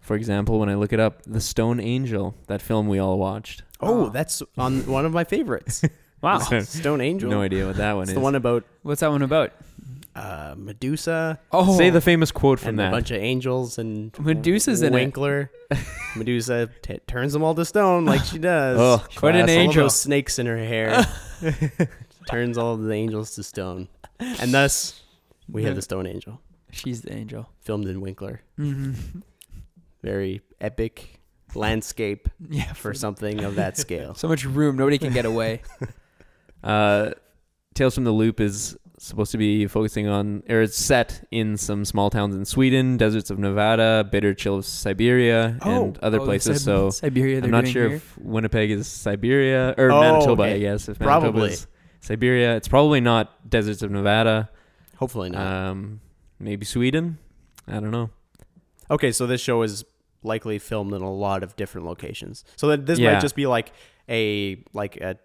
C: For example, when I look it up, The Stone Angel, that film we all watched.
A: Oh,
B: Oh.
A: that's on one of my favorites. Stone Angel.
C: No idea what that one
A: It's
C: is.
A: the one about
B: What's that one about?
A: uh, Medusa
B: Oh,
C: Say the famous quote from
A: and a
C: that.
A: bunch of angels and
B: Medusa's in it.
A: Winkler. Medusa t- turns them all to stone like she does.
C: Oh,
A: She
B: quite an
A: has all
B: angel.
A: those snakes in her hair. turns all of the angels to stone, and thus we have the Stone Angel,
B: she's the angel.
A: filmed in Winkler.
B: Mm-hmm.
A: Very epic landscape
B: Yeah,
A: for something of that scale.
B: so much room, nobody can get away.
C: Uh, Tales from the Loop is supposed to be focusing on, or it's set in some small towns in Sweden, deserts of Nevada, bitter chill of Siberia,
A: Oh.
C: and other
B: Oh, the
C: places.
B: Sib-
C: So
B: Siberia. They're
C: I'm not
B: doing
C: sure
B: here.
C: if Winnipeg is Siberia or
A: Oh,
C: Manitoba,
A: okay.
C: I guess. If Manitoba
A: Probably.
C: is Siberia, it's probably not deserts of Nevada.
A: Hopefully not.
C: Um, maybe Sweden. I don't know.
A: okay, so this show is likely filmed in a lot of different locations. So that this
C: Yeah.
A: might just be like a like a,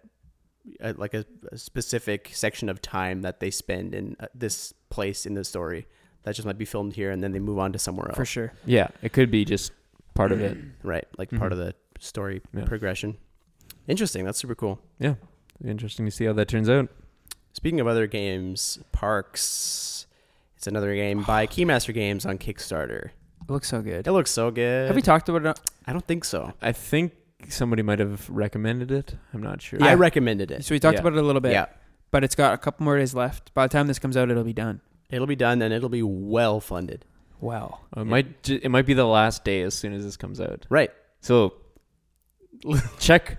A: a like a, a specific section of time that they spend in uh, this place in the story. That just might be filmed here, and then they move on to somewhere else.
B: for sure.
C: Yeah, it could be just part of it.
A: Right, like part
C: Mhm.
A: of the story
C: Yeah.
A: progression. Interesting. That's super cool.
C: Interesting to see how that turns out.
A: Speaking of other games, Parks. It's another game by Keymaster Games on Kickstarter.
B: It looks so good.
A: It looks so good.
B: Have we talked about it?
C: Uh,
A: I don't think so.
C: I think somebody might have recommended it. I'm not sure.
A: I recommended it.
B: So we talked
C: Yeah.
B: about it a little bit.
A: Yeah.
B: But it's got a couple more days left. By the time this comes out, it'll be done.
A: It'll be done and it'll be well funded.
B: Wow.
C: it Uh, might. ju- It might be the last day as soon as this comes out.
A: Right.
C: So check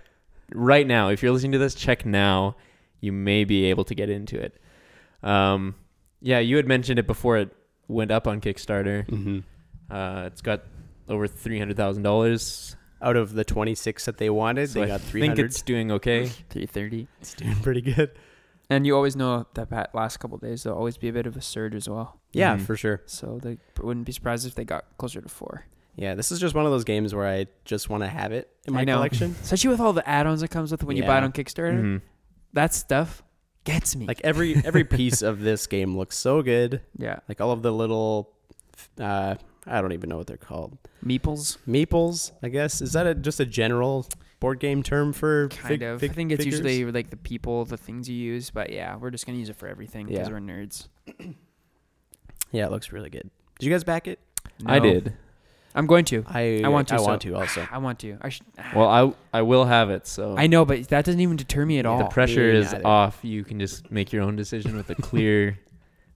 C: right now. If you're listening to this, check now. You may be able to get into it. Um, yeah, you had mentioned it before it went up on Kickstarter.
A: Mm-hmm.
C: Uh, it's got over three hundred thousand dollars.
A: Out of the 26 that they wanted,
C: So
A: they
C: I
A: got
C: think
A: 300.
C: it's doing okay.
B: Three thirty.
A: It's doing pretty good.
B: And you always know that pa- last couple days there'll always be a bit of a surge as well.
A: Yeah,
C: Mhm.
A: for sure.
B: So they I wouldn't be surprised if they got closer to four.
A: Yeah, this is just one of those games where I just want to have it in my
B: I know.
A: collection.
B: Especially with all the add-ons it comes with when you buy it
A: Yeah.
B: on Kickstarter.
C: Mhm.
B: That stuff gets me.
A: Like every every piece of this game looks so good.
B: yeah,
A: Like all of the little, uh, I don't even know what they're called.
B: meeples.
A: Meeples, I guess. Is that a, just a general board game term for
B: Kind
A: fig-
B: of.
A: fig-
B: I think it's
A: figures?
B: usually like the people, the things you use. But yeah, we're just gonna use it for everything because
A: Yeah.
B: we're nerds.
A: Yeah, it looks really good. Did you guys back it?
C: I
B: No.
C: did.
B: I'm going to.
A: I
B: I want to,
A: I
B: so-
A: want to also.
B: I want to. I should.
C: Well, I I will have it. So
B: I know, but that doesn't even deter me at
A: Oh. Yeah,
B: all.
C: the pressure
A: Me
C: is
A: neither.
C: off. You can just make your own decision with a clear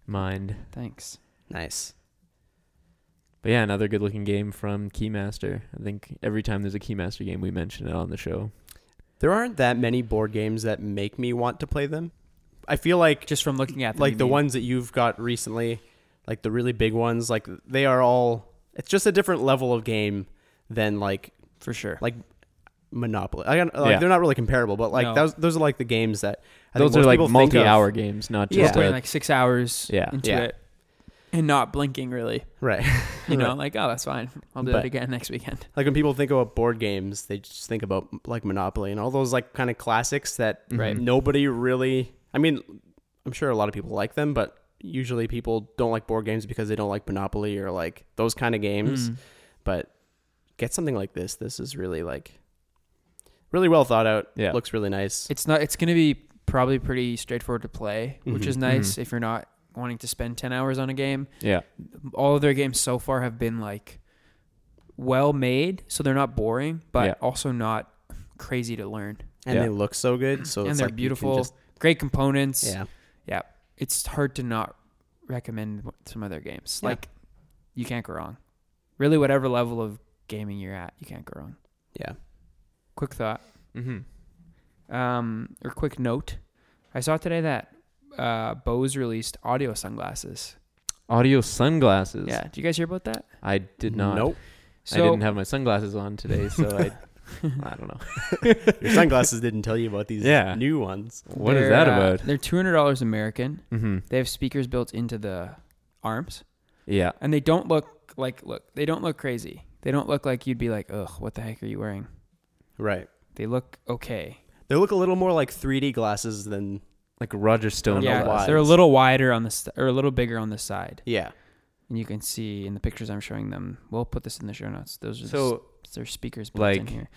C: mind.
B: Thanks.
A: Nice.
C: But yeah, another good looking game from Keymaster. I think every time there's a Keymaster game, we mention it on the show.
A: There aren't that many board games that make me want to play them. I feel like
B: Just from looking at them,
A: like
B: you
A: the
B: mean.
A: ones that you've got recently, like the really big ones, like they are all it's just a different level of game than like
B: for sure.
A: like Monopoly. I, don't- like
C: Yeah.
A: they're not really comparable, but like
B: No.
A: those those are like the games that I think
C: Those are
A: most
C: like
A: people think of.
C: multi-hour games, not
B: Just
A: Yeah.
C: just
B: putting
C: a-
B: like six hours
C: Yeah.
B: into
A: Yeah.
B: it and not blinking really.
A: Right.
B: You know, like oh, that's fine. I'll do it
A: But-
B: again next weekend.
A: Like when people think about board games, they just think about like Monopoly and all those like kind of classics that
C: Right.
A: nobody really. I mean, I'm sure a lot of people like them, but usually people don't like board games because they don't like Monopoly or like those kind of games.
B: Mm.
A: But get something like this. This is really like really well thought out.
C: Yeah.
A: looks really nice.
B: It's not. It's gonna be probably pretty straightforward to play, which
A: Mhm.
B: is nice if you're not wanting to spend ten hours on a game.
C: yeah,
B: All of their games so far have been like well made, so they're not boring, but
C: Yeah.
B: also not crazy to learn.
A: and
C: yeah.
A: they look so good. So
B: and
A: it's
B: they're
A: like you can
B: beautiful,
A: just-
B: great components.
A: yeah,
B: it's hard to not recommend w- some other games.
A: Yeah.
B: Like you can't go wrong. Really, whatever level of gaming you're at, you can't go wrong.
A: yeah.
B: Quick thought,
C: mm-hmm.
B: um, or quick note. I saw today that uh, Bose released audio sunglasses.
C: audio sunglasses.
B: Yeah, did you guys hear about that?
C: I did not.
A: Nope.
B: So
C: I didn't have my sunglasses on today, so I I don't know.
A: Your sunglasses didn't tell you about these
C: Yeah.
A: new ones.
C: What is
B: they're,
C: that
B: uh,
C: about?
B: they're two hundred dollars American.
C: Mm-hmm.
B: They have speakers built into the arms,
C: Yeah,
B: and they don't look like look. They don't look crazy. They don't look like you'd be like, ugh, what the heck are you wearing?
A: Right.
B: They look okay.
A: They look a little more like 3D glasses than
C: like Roger Stone.
A: don't know
B: yeah,
A: why.
B: they're a little wider on the st- or a little bigger on the side,
A: yeah.
B: and you can see in the pictures I'm showing them. We'll put this in the show notes. Those are so
C: So
B: their speakers built in
C: like,
B: here.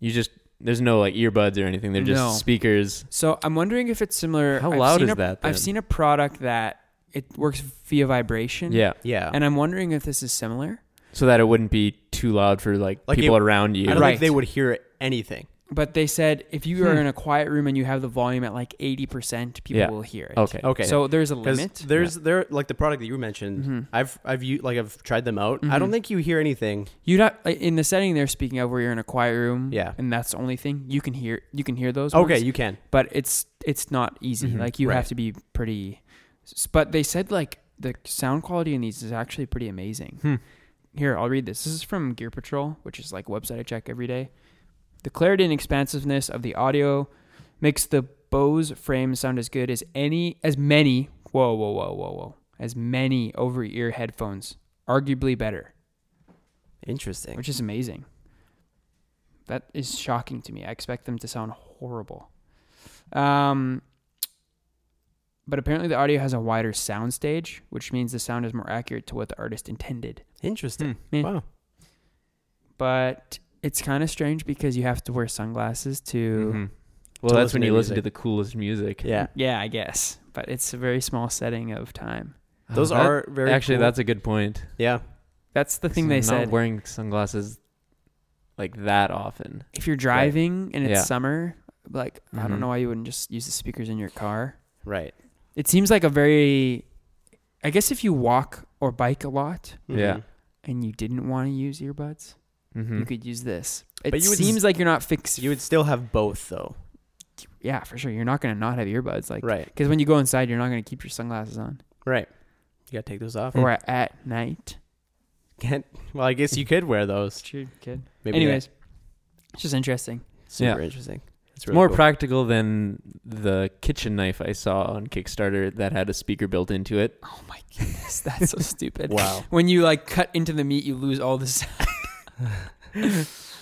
C: you just there's no like earbuds or anything. They're just
B: No.
C: speakers.
B: So I'm wondering if it's similar.
C: How
B: I've
C: loud
B: seen
C: is
B: a-
C: that?
B: I've
C: then?
B: seen a product that it works via vibration.
C: Yeah,
A: Yeah.
B: and I'm wondering if this is similar.
C: so that it wouldn't be too loud for like,
A: Like
C: people
A: it-
C: around you.
A: I don't
B: Right.
A: think they would hear anything.
B: But they said if you are
C: Hmm.
B: in a quiet room and you have the volume at like 80 percent, people
C: Yeah.
B: will hear it.
C: Okay.
A: Okay.
B: So there's a
A: 'Cause
B: limit.
A: there's there like the product that you mentioned.
C: Mm-hmm.
B: Mhm.
A: I've I've u- like I've tried them out. I don't
B: Mhm.
A: think you hear anything.
B: You not like, in the setting they're speaking of where you're in a quiet room.
A: Yeah.
B: And that's the only thing you can hear. You can hear those.
A: Okay,
B: ones.
A: you can.
B: but it's it's not easy.
C: Mhm.
B: Like you
A: Right.
B: have to be pretty. s- But they said like the sound quality in these is actually pretty amazing.
C: Hmm.
B: Here, I'll read this. This is from Gear Patrol, which is like a website I check every day. The clarity and expansiveness of the audio makes the Bose frame sound as good as any as many whoa whoa whoa whoa whoa as many over ear headphones, arguably better,
A: Interesting.
B: which is amazing. That is shocking to me. I expect them to sound horrible. Um, but apparently, the audio has a wider sound stage, which means the sound is more accurate to what the artist intended.
A: Interesting.
B: Hmm. Yeah.
A: Wow.
B: But it's kind of strange because you have to wear sunglasses to.
C: Mhm. Well,
A: To
C: that's
A: listen
C: when
A: to
C: you listen to
A: music.
C: the coolest music.
A: Yeah.
B: Yeah, I guess. But it's a very small setting of time.
C: Oh,
A: Those
C: that-
A: are very
C: actually
A: cool.
C: that's a good point.
A: yeah.
B: That's the
C: 'Cause
B: thing they
C: I'm
B: said.
C: Not wearing sunglasses like that often.
B: if you're driving and it's
C: Yeah.
B: summer, like, I
C: Mhm.
B: don't know why you wouldn't just use the speakers in your car.
A: Right.
B: It seems like a very. I guess if you walk or bike a lot
C: Yeah.
A: Mhm.
B: and you didn't want to use earbuds,
C: Mm-hmm.
B: you could use this. It
A: Hmm. But you would-
B: seems like you're not fixed.
A: You would still have both though.
B: yeah, for sure. You're not gonna not have earbuds, like
A: Right.
B: because when you go inside, you're not gonna keep your sunglasses on,
A: Right. You got to take those off.
B: or at, at night.
A: Can't, well, I guess you could wear those.
B: true, kid.
A: Maybe
B: Anyways, it's just interesting.
A: that's super
C: Yeah.
A: interesting. It's It's really
C: more
A: cool.
C: practical than the kitchen knife I saw on Kickstarter that had a speaker built into it.
B: Oh my goodness, that's so stupid.
A: Wow.
B: When you like cut into the meat, you lose all the sound.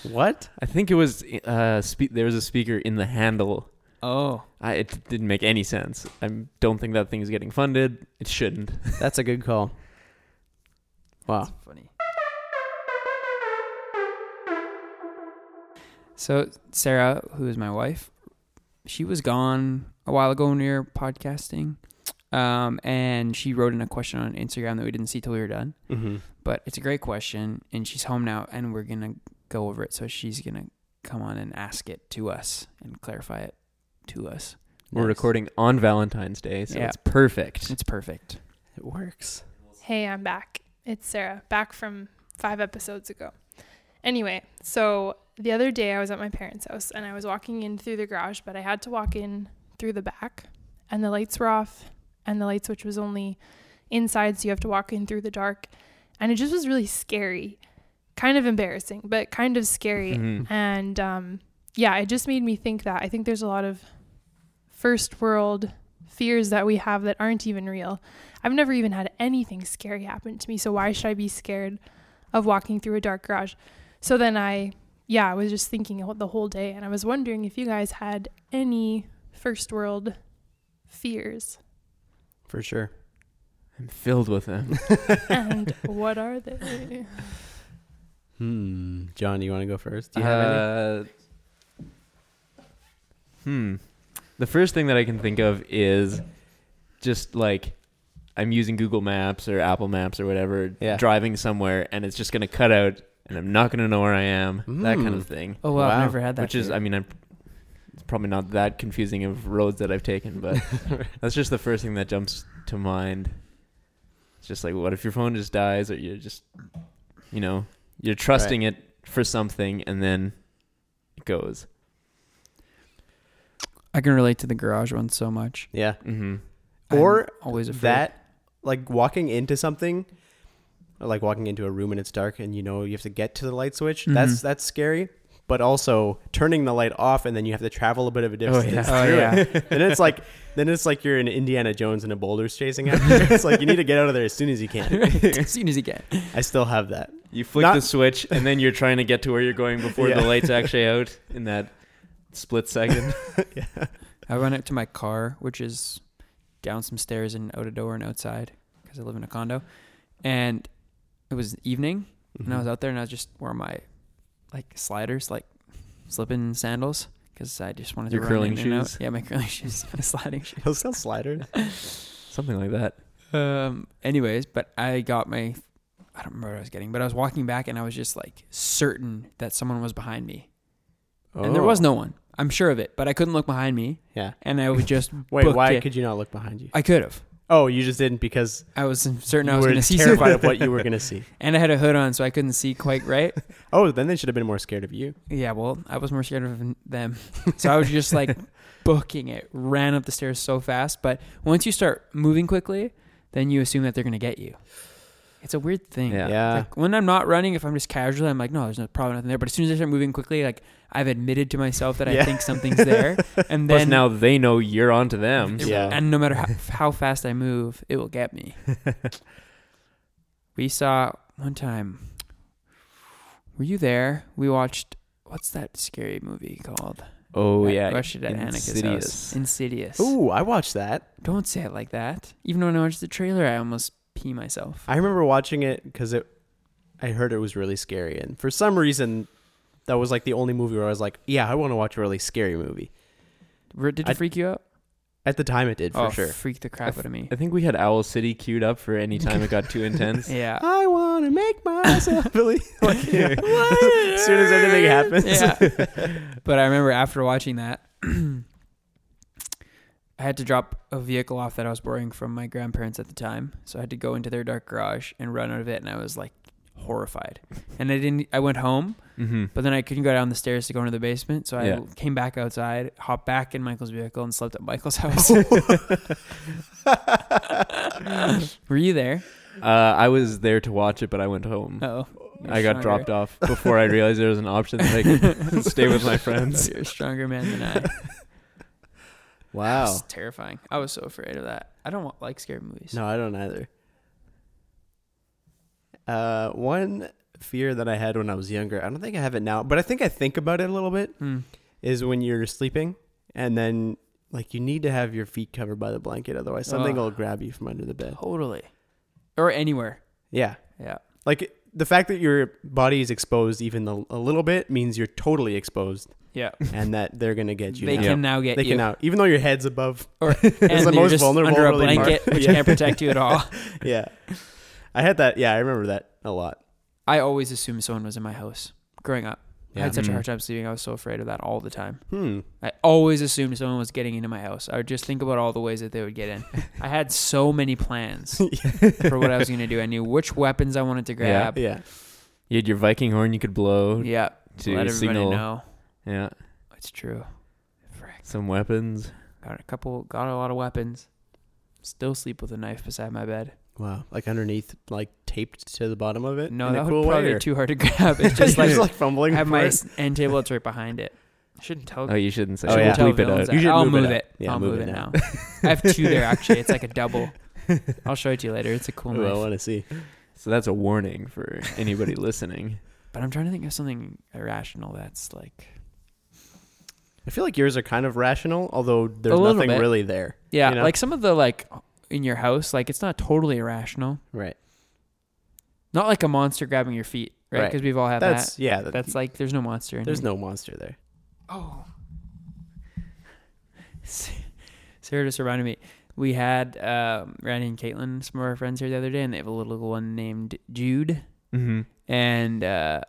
A: What?
C: I think it was uh, spe- there was a speaker in the handle.
B: Oh,
C: I, it didn't make any sense. I don't think that thing is getting funded. It shouldn't.
A: That's a good call. Wow.
B: that's funny. So Sarah, who is my wife, she was gone a while ago when we were podcasting, um, and she wrote in a question on Instagram that we didn't see till we were done.
A: Mm-hmm.
B: But it's a great question, and she's home now, and we're gonna go over it. So she's gonna come on and ask it to us and clarify it to us.
C: We're
A: Nice.
C: recording on Valentine's Day, so
B: Yeah.
C: it's perfect.
B: It's perfect.
A: It works.
D: Hey, I'm back. It's Sarah, back from five episodes ago. Anyway, so the other day I was at my parents' house and I was walking in through the garage, but I had to walk in through the back and the lights were off and the light switch was only inside, so you have to walk in through the dark. And it just was really scary, kind of embarrassing, but kind of scary.
C: Mhm.
D: And um, yeah, it just made me think that I think there's a lot of first world fears that we have that aren't even real. I've never even had anything scary happen to me, so why should I be scared of walking through a dark garage? So then I, yeah, I was just thinking about the whole day, and I was wondering if you guys had any first world fears,
A: For sure.
C: I'm filled with them.
D: and what are they?
A: Hmm. John, do you want to go first? Do you have any?
C: Uh, hmm. The first thing that I can think of is just like I'm using Google Maps or Apple Maps or whatever,
A: Yeah.
C: driving somewhere, and it's just going to cut out, and I'm not going to know where I am, that kind
A: Mm.
C: of thing.
B: Oh wow, I've
A: Wow.
B: never had that.
C: Which is, I mean, I'm, it's probably not that confusing of roads that I've taken, but that's just the first thing that jumps to mind. It's just like, what if your phone just dies, or you're just, you know, you're trusting it for something, and then it goes.
B: I can relate to the garage one so much.
A: Yeah.
C: Mm-hmm.
A: Or
B: I'm always afraid.
A: that like walking into something or, like walking into a room and it's dark and you know you have to get to the light switch that's
B: Mhm.
A: that's scary but also turning the light off and then you have to travel a bit of a distance
B: Oh,
A: through
B: yeah.
A: it. then it's like then it's like you're in indiana jones and a boulder's chasing after you it's like you need to get out of there as soon as you can
B: as soon as you get.
A: i still have that
C: You flick
A: Not-
C: the switch, and then you're trying to get to where you're going before
A: Yeah.
C: the light's actually out in that split second.
B: I run up to my car, which is down some stairs and out a door and outside because I live in a condo. And it was evening,
C: Mm-hmm.
B: and I was out there, and I was just wore my like sliders, like slipping sandals, because I just wanted
C: Your
B: to
C: curling
B: run in and out.
C: shoes?
B: Yeah, my curling shoes, my sliding shoes.
A: Those still sliders
C: something like that.
B: Um. Anyways, but I got my. I don't remember what I was getting, but I was walking back, and I was just like certain that someone was behind me, and there
A: Oh.
B: was no one. I'm sure of it, but I couldn't look behind me,
A: yeah
B: and I was just
A: Oh. wait
B: booked
A: why
B: it.
A: could you not look behind you
B: I could have.
A: oh you just didn't because
B: I was certain I
A: you
B: was
A: were
B: going to see
A: terrified
B: someone,
A: of what you were gonna see
B: and I had a hood on, so I couldn't see quite right.
A: oh then they should have been more scared of you
B: yeah, well, I was more scared of them, so I was just like booking it. Ran up the stairs so fast, but once you start moving quickly, then you assume that they're going to get you. It's a weird thing.
C: Yeah.
A: yeah
B: Like when I'm not running, if I'm just casually, I'm like, no, there's no probably nothing there. But as soon as I start moving quickly, like I've admitted to myself that I
A: Yeah.
B: think something's there, and
C: Plus,
B: then
C: now they know you're onto them.
A: Yeah.
B: and no matter how, how fast I move, it will get me. we saw one time. Were you there? We watched what's that scary movie called?
C: Oh
B: I
C: yeah,
B: watched it at Annika's house.
C: Insidious.
B: Insidious.
A: ooh i watched that
B: Don't say it like that. Even when I watched the trailer, I almost pee myself.
A: I remember watching it because it, I heard it was really scary, and for some reason, that was like the only movie where I was like, "Yeah, I want to watch a really scary movie."
B: Re- Did it
A: I-
B: freak you out?
A: At the time, it did for
B: oh,
A: sure.
B: freaked the crap out of me.
C: I think we had Owl City queued up for any time it got too intense.
B: Yeah.
A: I want to make myself believe. like, as soon as anything happens,
B: Yeah. but I remember after watching that, I had to drop a vehicle off that I was borrowing from my grandparents at the time. So I had to go into their dark garage and run out of it. And I was like horrified. And I didn't, I went home,
C: Mm-hmm.
B: but then I couldn't go down the stairs to go into the basement. So I
C: Yeah.
B: came back outside, hopped back in Michael's vehicle, and slept at Michael's house. Were you there?
C: Uh, I was there to watch it, but I went home.
B: Oh. You're
C: I got
B: stronger.
C: dropped off before I realized there was an option that I could stay with my friends.
B: You're a stronger man than I.
A: Wow.
B: It's terrifying. I was so afraid of that. I don't wa- like scary movies.
A: No, I don't either. Uh, one fear that I had when I was younger, I don't think I have it now, but I think I think about it a little bit,
B: Hmm.
A: is when you're sleeping and then like you need to have your feet covered by the blanket, otherwise something
B: Ugh.
A: will grab you from under the bed.
B: Totally. Or anywhere.
A: Yeah,
B: Yeah.
A: like the fact that your body is exposed even a, a little bit means you're totally exposed,
B: Yeah.
A: and that they're gonna get you.
B: they
A: now.
B: can now get
A: They
B: you.
A: can now, even though your head's above.
B: Or and
A: It's the
B: you're
A: most
B: just
A: vulnerable
B: under a
A: really part.
B: blanket, which
A: Yeah.
B: can't protect you at all.
A: yeah, I had that. Yeah, I remember that a lot.
B: I always assumed someone was in my house growing up. I
A: Yeah.
B: had such a
C: Mhm.
B: hard time sleeping. I was so afraid of that all the time.
A: Hmm.
B: I always assumed someone was getting into my house. I would just think about all the ways that they would get in. I had so many plans for what I was going to do. I knew which weapons I wanted to grab. Yeah.
A: Yeah.
C: You had your Viking horn you could blow to
B: Let everybody
C: signal.
B: know.
C: Yeah,
B: It's true. Frick.
C: some weapons.
B: Got a couple, got a lot of weapons. Still sleep with a knife beside my bed.
A: Wow, like underneath, like taped to the bottom of it.
B: No,
A: in a
B: that
A: cool
B: would
A: way,
B: probably
A: or-
B: be too hard to grab. It's just
A: You're
B: like I
A: fumbling.
B: have
A: for
B: my
A: it.
B: s- end table. It's right behind it. I shouldn't tell.
C: Oh, you shouldn't say.
A: Oh,
C: that.
A: yeah.
C: We'll
B: Tell
C: bleep it
B: villains
C: out.
B: that.
A: You should
B: I'll
A: move it
B: move,
A: up.
B: it.
A: Yeah,
B: I'll
A: move
B: move
A: it
B: it now.
A: now.
B: I have two there actually. It's like a double. I'll show it to you later. It's a cool
A: Ooh, I
B: knife.
A: want to see.
C: So that's a warning for anybody listening.
B: But I'm trying to think of something irrational that's like
A: I feel like yours are kind of rational, although there's
B: little
A: nothing
B: bit.
A: really there.
B: yeah,
A: You know?
B: like some of the like in your house, like it's not totally irrational.
A: Right.
B: Not like a monster grabbing your feet, right?
A: Right.
B: Because we've all had
A: That's
B: that.
A: yeah. that-
B: That's like there's no monster. In
A: there's
B: here.
A: no monster there.
B: Oh. Sarah just reminded me. We had um, Randy and Caitlin, some of our friends here the other day, and they have a little one named Jude.
C: Mm-hmm.
B: and uh,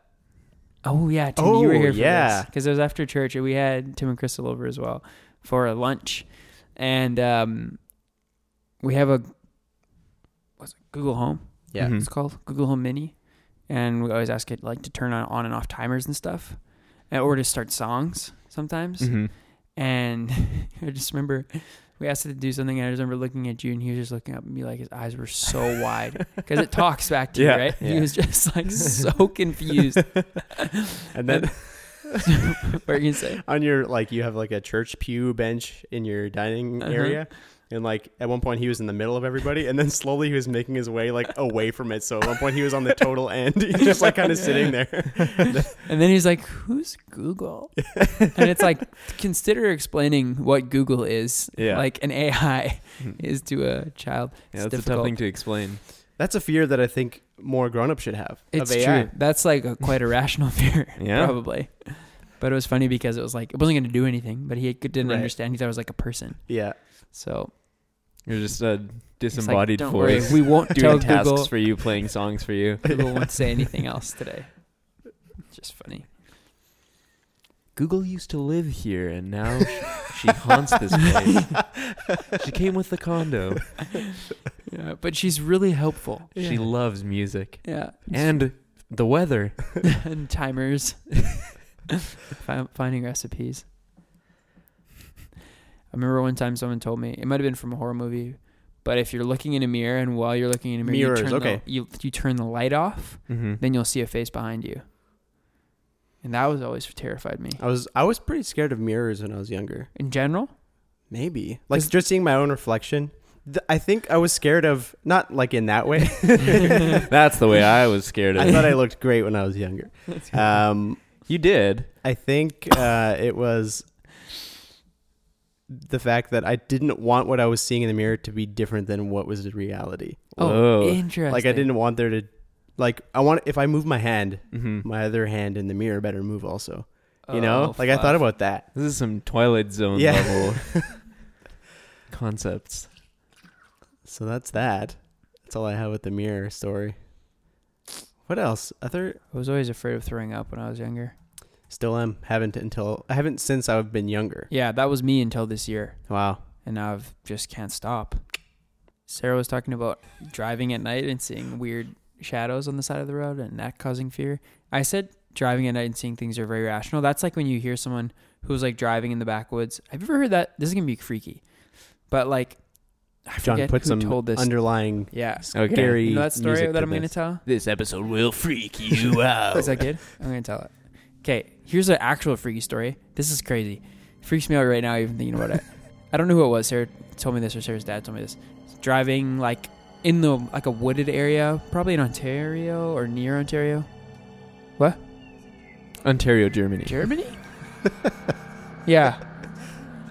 B: oh yeah, Tim, you were
A: Oh,
B: here for
A: yeah.
B: because it was after church, and we had Tim and Crystal over as well for a lunch, and um, we have a what's it, Google Home?
A: Yeah.
C: Mhm.
B: it's called Google Home Mini, and we always ask it like to turn on on and off timers and stuff, and, or to start songs sometimes,
C: Mm-hmm.
B: and I just remember. We asked it to do something, and I just remember looking at you, and he was just looking up at me like his eyes were so wide because it talks back to
A: Yeah,
B: you, right? He
A: yeah.
B: was just like so confused.
A: And then
B: what are you gonna say?
A: on your like, you have like a church pew bench in your dining
B: Uh-huh.
A: area, and like at one point he was in the middle of everybody, and then slowly he was making his way like away from it. So at one point he was on the total end. He's just like kind of sitting there.
B: And then he's like, "Who's Google?" and it's like, consider explaining what Google is,
C: Yeah.
B: like an AI
C: Hmm.
B: is to a child.
C: Yeah,
B: it's
C: that's a tough
B: difficult.
C: thing to explain.
A: That's a fear that I think more grown-ups should have.
B: It's
A: of AI.
B: true. That's like a quite a rational fear,
C: Yeah.
B: probably. But it was funny because it was like it wasn't going to do anything, but he could- didn't
A: Right.
B: understand. He thought it was like a person.
A: Yeah.
B: So
C: You're just a
B: it's like,
C: disembodied
B: Don't
C: voice
B: worry, we won't tell
C: doing tasks
B: Google.
C: for you, playing songs for you.
B: Google won't say anything else today. Just funny.
C: Google used to live here, and now Oh, she, she haunts this place. she came with the condo.
B: Yeah, but she's really helpful.
C: She loves music
B: Yeah.
C: and the weather.
B: and timers, Fi- finding recipes. I remember one time someone told me it might have been from a horror movie, but if you're looking in a mirror and while you're looking in a mirror,
A: Mirrors,
B: you turn
A: okay.
B: the, you you turn the light off,
C: Mm-hmm.
B: then you'll see a face behind you. And that was always terrified me.
C: Oh.
A: I was I was pretty scared of mirrors when I was younger.
B: In general,
A: Maybe like
B: 'Cause-
A: just seeing my own reflection. Th- I think I was scared of not like in that way.
C: That's the way I was scared of
A: I
C: it.
A: thought I looked great when I was younger.
C: Uh,
A: Um,
C: You did.
A: I think uh, it was the fact that I didn't want what I was seeing in the mirror to be different than what was the reality.
B: oh,
C: Whoa.
B: interesting.
A: Like I didn't want there to like I want if I move my hand,
C: Mm-hmm.
A: my other hand in the mirror better move also. You
B: Oh,
A: know, like I
B: fuck.
A: thought about that.
C: This is some Twilight Zone
A: Yeah.
C: level concepts.
A: So that's that. That's all I have with the mirror story. What else? Other
B: I was always afraid of throwing up when I was younger.
A: Still am. Haven't until I haven't since I've been younger.
B: Yeah, that was me until this year.
A: Wow.
B: and now I've just can't stop. Sarah was talking about driving at night and seeing weird shadows on the side of the road and that causing fear. I said driving at night and seeing things are very rational. That's like when you hear someone who's like driving in the backwoods. Have you ever heard that? This is gonna be freaky, but like I
A: John,
B: forget
A: put
B: who
A: some
B: told this.
A: underlying
B: yeah.
C: Okay.
A: scary.
B: You know that story
A: music
B: that I'm going to
A: this.
B: tell?
C: This episode will freak you out.
B: Is that good? I'm going to tell it. Okay, here's an actual freaky story. This is crazy. freaks me out right now even thinking about it. I don't know who it was. Sarah told me this or Sarah's dad told me this. Driving like in the like a wooded area, probably in Ontario or near Ontario.
C: Ontario, Germany.
B: Germany? yeah.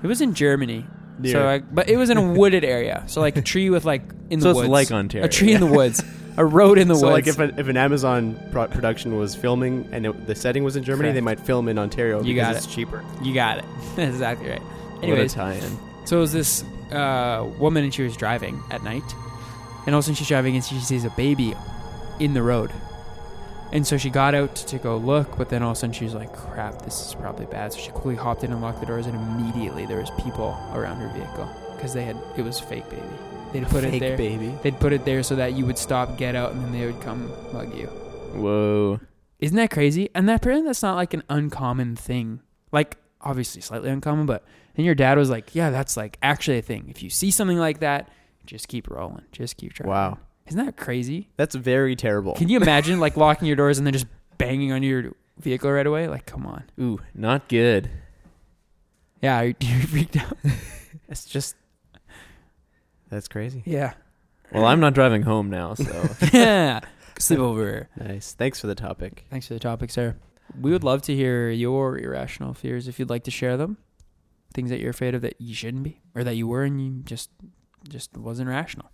B: It was in Germany.
A: Near.
B: So like but it was in a wooded area. So like a tree with like in
C: so
B: the
C: it's
B: woods.
C: like Ontario.
B: a tree in the woods. A road in the
A: so like
B: woods.
A: if, a, if an Amazon pro- production was filming and it, the setting was in Germany,
B: Correct.
A: they might film in Ontario
B: You
A: because
B: got
A: it's cheaper.
B: you got it. That's exactly right.
C: What a
B: Anyways,
C: tie-in.
B: So it was this uh, woman, and she was driving at night, and all of a sudden she's driving and she sees a baby in the road, and so she got out to go look, but then all of a sudden she's like, "Crap, this is probably bad." So she quickly hopped in and locked the doors, and immediately there was people around her vehicle because they had it was fake baby. They'd put it there.
A: baby.
B: They'd put it there so that you would stop, get out, and then they would come mug you.
C: Whoa.
B: Isn't that crazy? And that apparently that's not like an uncommon thing. Like obviously slightly uncommon, but and your dad was like, "Yeah, that's like actually a thing. If you see something like that, just keep rolling, just keep trying."
A: Wow,
B: Isn't that crazy?
A: that's very terrible.
B: Can you imagine like locking your doors and then just banging on your vehicle right away? Like, come on.
C: Ooh, not good.
B: Yeah, you're, you're freaked out.
A: It's just that's crazy.
B: Yeah.
C: Well, I'm not driving home now, so
B: yeah. Sleep over.
A: Nice. Thanks for the topic.
B: Thanks for the topic, sir. We would love to hear your irrational fears if you'd like to share them. Things that you're afraid of that you shouldn't be, or that you were and you just just wasn't rational.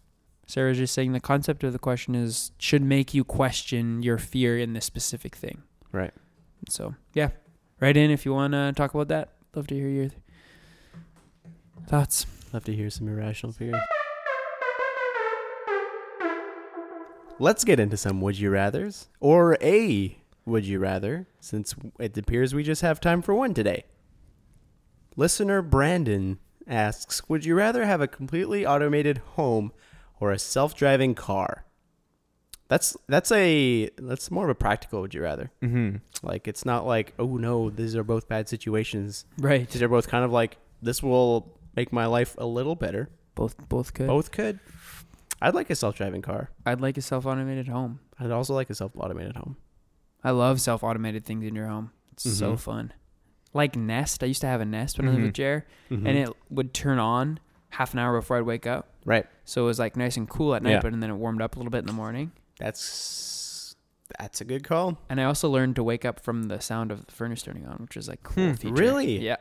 B: Sarah's just saying the concept of the question is should make you question your fear in this specific thing.
A: Right.
B: So yeah, write in if you want to talk about that. Love to hear your thoughts.
A: Love to hear some irrational fears. Let's get into some would you rather's or a would you rather, since it appears we just have time for one today. Listener Brandon asks Would you rather have a completely automated home or a self driving car? That's that's a that's more of a practical would you rather.
C: mm-hmm.
A: Like it's not like, oh no, these are both bad situations.
B: Right.
A: They're both kind of like this will make my life a little better.
B: Both both could.
A: Both could. I'd like a self-driving car.
B: I'd like a self-automated home.
A: I'd also like a self-automated home.
B: I love self automated things in your home. It's so
A: Mhm.
B: fun. Like Nest. I used to have a Nest when I lived
A: Mm-hmm.
B: with
C: Mhm.
B: Jer, and it would turn on half an hour before I'd wake up.
A: Right.
B: So it was like nice and cool at night,
C: Yeah.
B: but and then it warmed up a little bit in the morning.
A: That's that's a good call.
B: And I also learned to wake up from the sound of the furnace turning on, which is like cool
C: Hmm,
B: feature.
A: really?
B: Yeah.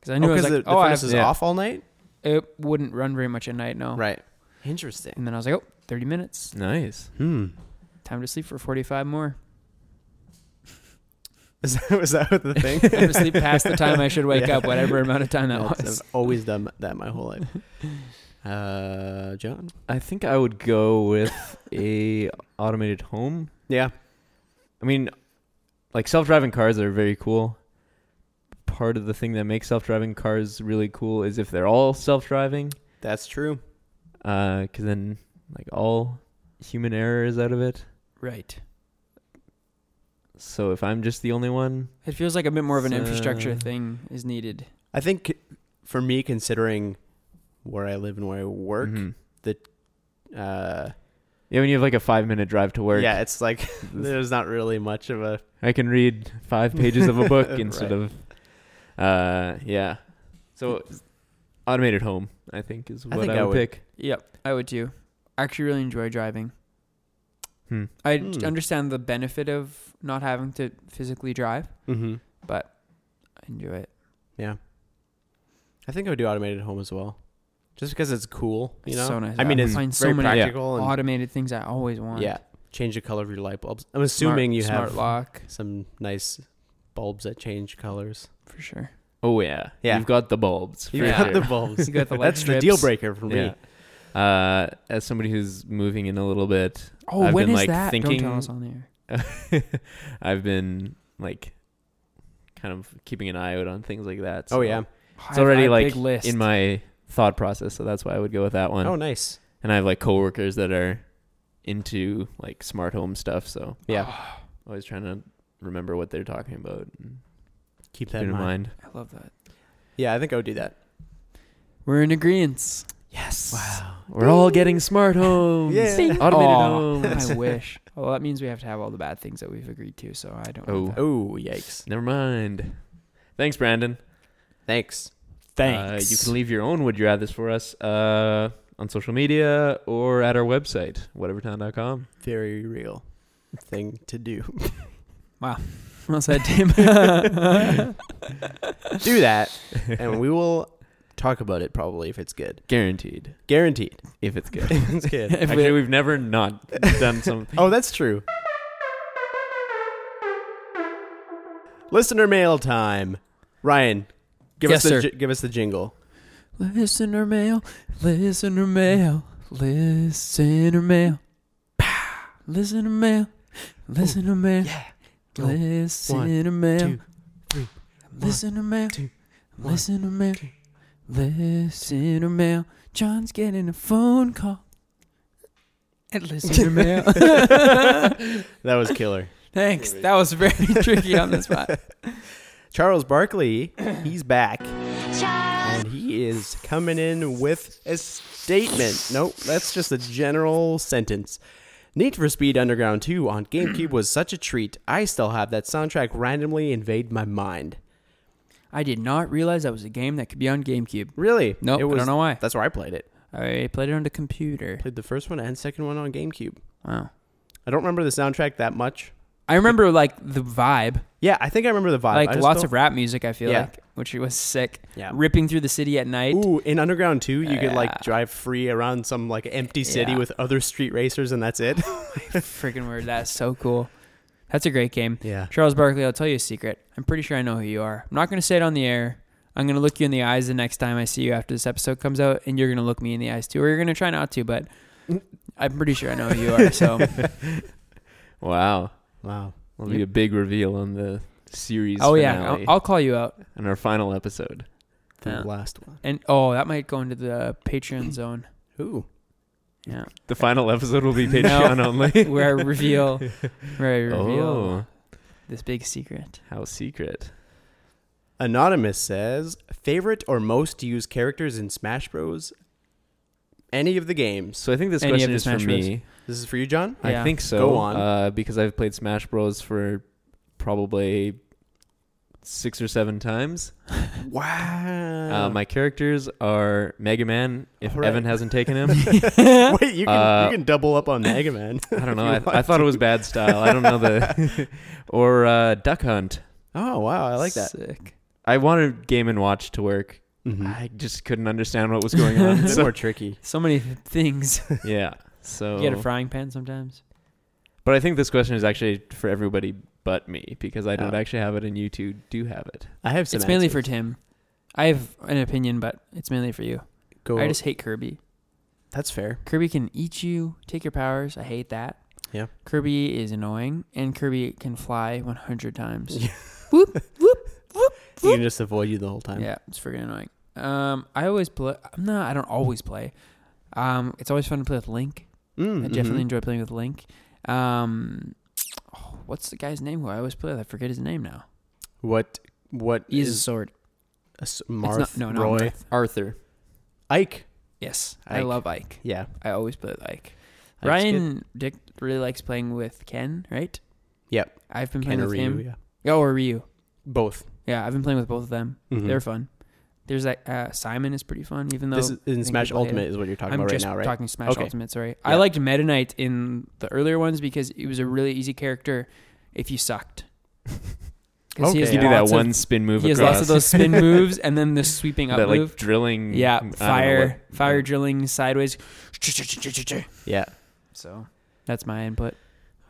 B: Because I knew I was like,
A: the, the
B: oh, I
A: furnace
B: have- Oh.
A: is
C: yeah.
A: off all night.
B: it wouldn't run very much at night, no.
A: Right. Interesting.
B: And then I was like, oh, 30 minutes.
C: Nice.
A: Hmm.
B: Time to sleep for 45 more.
A: Is that was that the thing?
B: Time to sleep past the time I should wake
A: Yeah.
B: up, whatever amount of time that
A: That's-
B: was.
A: I've always done that my whole life. Uh, John.
C: I think I would go with a automated home.
A: Yeah.
C: I mean, like self-driving cars are very cool. Part of the thing that makes self-driving cars really cool is if they're all self-driving,
A: That's true.
C: because then like all human error is out of it.
B: Right.
C: So if I'm just the only one,
B: It feels like a bit more of an
C: So-
B: infrastructure thing is needed.
A: I think for me, considering where I live and where I work,
B: Mm-hmm.
C: Mhm.
A: uh,
C: yeah, when you have like a five-minute drive to work,
A: yeah, it's like there's not really much of a
C: I can read five pages of a book instead
A: Right.
C: of, uh, yeah. So automated home, I think, is what I,
A: think
C: would,
A: I would.
C: pick.
B: Yep, I would too. I actually really enjoy driving.
C: Hmm.
B: I
A: Hmm.
B: d- understand the benefit of not having to physically drive,
A: mm-hmm.
B: but I enjoy it.
A: Yeah. I think I would do automated home as well. Just because it's cool, you
B: It's
A: know.
B: so nice.
A: I mean,
B: I
A: it's very
B: find so many- Yeah.
A: practical and
B: Automated things I always want.
A: yeah. Change the color of your light bulbs. I'm
B: Smart-
A: assuming you
B: smart
A: have
B: lock
A: some nice bulbs that change colors.
B: for sure.
C: Oh yeah,
A: Yeah.
C: You've got the bulbs. for
A: You
B: Yeah.
A: got
C: sure.
A: the bulbs.
B: You got the light
A: That's the deal
B: strips.
A: breaker for me. Oh,
C: Yeah. Uh, as somebody who's moving in a little bit,
B: Oh,
C: I've
B: when
C: been,
B: is
C: like,
B: that? Don't
C: thinking-
B: tell us on the air.
C: I've been like kind of keeping an eye out on things like that.
A: Oh yeah.
B: Oh, I
C: it's
B: have- I
C: already
B: have a
C: like
B: big list.
C: in my thought process, so that's why I would go with that one.
A: Oh nice.
C: And I have like coworkers that are into like smart home stuff, so
A: Yeah.
C: always trying to remember what they're talking about. and
A: Keep
C: Keep
A: that
C: it
A: in mind.
B: I love that.
A: Yeah, I think I would do that.
B: We're in agreement. Yes. Wow.
C: We're all getting smart homes.
A: Yeah.
D: Bing.
C: Automated homes.
B: I wish. Well, that means we have to have all the bad things that we've agreed to. So I don't.
C: Oh.
A: Oh, yikes.
C: Never mind. Thanks, Brandon.
A: Thanks.
B: Thanks.
C: Uh, you can leave your own would you rathers for us uh, on social media or at our website, whatevertown.com.
A: Very real thing to do.
B: Well said, Tim.
A: do that, and we will talk about it probably if it's good.
C: Guaranteed.
A: Guaranteed.
C: If it's good.
A: it's good.
B: If
C: Actually,
B: we-
C: we've never not done something.
A: Oh, that's true. Listener mail time. Ryan, give us
B: Yes,
A: the
B: sir.
A: gi- give us the jingle.
B: listener mail, listener mail, listener mail, Pow. listener mail, listener mail,
A: Go.
B: listener mail,
A: two, three.
B: listener mail,
A: two, one,
B: listener mail,
A: two.
B: listener mail. John's getting a phone call. And listener mail.
A: That was killer.
B: Thanks. That was very tricky on the spot.
A: Charles Barkley, he's back. And he is coming in with a statement. Nope, that's just a general sentence. Need for Speed Underground 2 on GameCube was such a treat. I still have that soundtrack randomly invade my mind.
B: I did not realize that was a game that could be on GameCube.
A: Really?
B: Nope, I don't know why.
A: That's where I played it.
B: I played it on the computer.
A: Played the first one and second one on GameCube.
B: Wow.
A: I don't remember the soundtrack that much.
B: I remember like the vibe,
A: Yeah, I think I remember the vibe. I
B: like
A: just
B: lots
A: don't-
B: of rap music. I feel
A: Yeah.
B: like, which was sick.
A: Yeah.
B: Ripping through the city at night.
A: Ooh, in Underground 2, you could
B: Yeah.
A: like drive free around some like empty city
B: Yeah.
A: with other street racers and that's it.
B: Freaking word. That's so cool. That's a great game.
A: Yeah.
B: Charles Barkley, I'll tell you a secret. I'm pretty sure I know who you are. I'm not going to say it on the air. I'm going to look you in the eyes the next time I see you after this episode comes out, and you're going to look me in the eyes too, or you're going to try not to, but I'm pretty sure I know who you are. So
C: Wow.
A: Wow.
C: That'll be a big reveal on the series
B: Oh yeah,
C: finale
B: I'll, I'll call you out.
C: and our final episode.
A: The
B: Yeah.
A: last one.
B: And oh, that might go into the Patreon zone.
A: Ooh.
B: Yeah,
C: The final episode will be Patreon only.
B: where I reveal, where I reveal
C: Oh,
B: this big secret.
C: how secret.
A: Anonymous says, favorite or most used characters in Smash Bros? Any of the games.
C: So I think this
B: Any of
C: question
B: the
C: is for
B: Smash Bros.
C: me.
A: This is for you, John?
B: Yeah.
C: I think so.
A: Go on.
C: Uh, because I've played Smash Bros. for probably six or seven times.
A: Wow.
C: Uh, my characters are Mega Man, if
A: All right.
C: Evan hasn't taken him.
A: Wait, you can
C: uh,
A: you can double up on Mega Man.
C: I don't know.
A: you
C: I, I
A: want
C: thought it was bad style. I don't know the. or uh, Duck Hunt.
A: oh wow, I like that.
B: Sick.
C: I wanted Game and Watch to work.
A: Mhm.
B: Mm-hmm.
C: I just couldn't understand what was going on.
A: It's
C: so,
A: more tricky.
B: So many things.
C: yeah. So
B: You
C: Oh.
B: get a frying pan sometimes.
C: But I think this question is actually for everybody but me because I don't
A: Oh.
C: actually have it and you two do have it.
A: I have some
B: it's mainly
A: answers.
B: for Tim. I have an opinion, but it's mainly for you.
A: Go.
B: I just hate Kirby.
A: That's fair.
B: Kirby can eat you, take your powers. I hate that.
A: Yeah.
B: Kirby is annoying, and Kirby can fly 100 times.
A: Yeah. You can just avoid you the whole time.
B: Yeah, it's freaking annoying. Um, I always play. No, I don't always play. Um, it's always fun to play with Link.
A: Mm,
B: I
A: mhm.
B: definitely enjoy playing with Link. Um, oh, what's the guy's name who I always play with? I forget his name now.
A: What what
B: He has a
A: is
B: sword.
A: a s-
B: It's
A: Marth
B: not- no, not
A: Roy
B: Marth.
C: Arthur.
A: Ike?
B: Yes, I
A: Ike.
B: love Ike.
A: Yeah.
B: I always play with Ike.
A: good.
B: Ryan Dick really likes playing with Ken, right?
A: Yep.
B: I've been playing
A: Ken or
B: with
A: Ryu,
B: him.
A: yeah.
B: Oh, or Ryu.
A: Both.
B: Yeah, I've been playing with both of them.
A: Mhm.
B: They're fun. There's that uh, Simon is pretty fun, even though
A: This is in
B: think
A: Smash
B: people hate
A: Ultimate is what you're talking
B: I'm
A: about
B: just
A: right now, right?
B: talking Smash
A: Okay.
B: Ultimate. Sorry,
A: Yeah.
B: I liked Meta Knight in the earlier ones because it was a really easy character if you sucked. 'Cause
A: Okay.
B: has
A: You
C: You do that
B: lots of-
C: one spin move
B: He has
C: across.
B: lots of those spin moves and then the sweeping up
C: that like
B: move.
C: drilling. Mm, I
B: Yeah,
C: don't know
B: fire,
C: what-
B: fire drilling sideways.
A: Yeah.
B: So that's my input.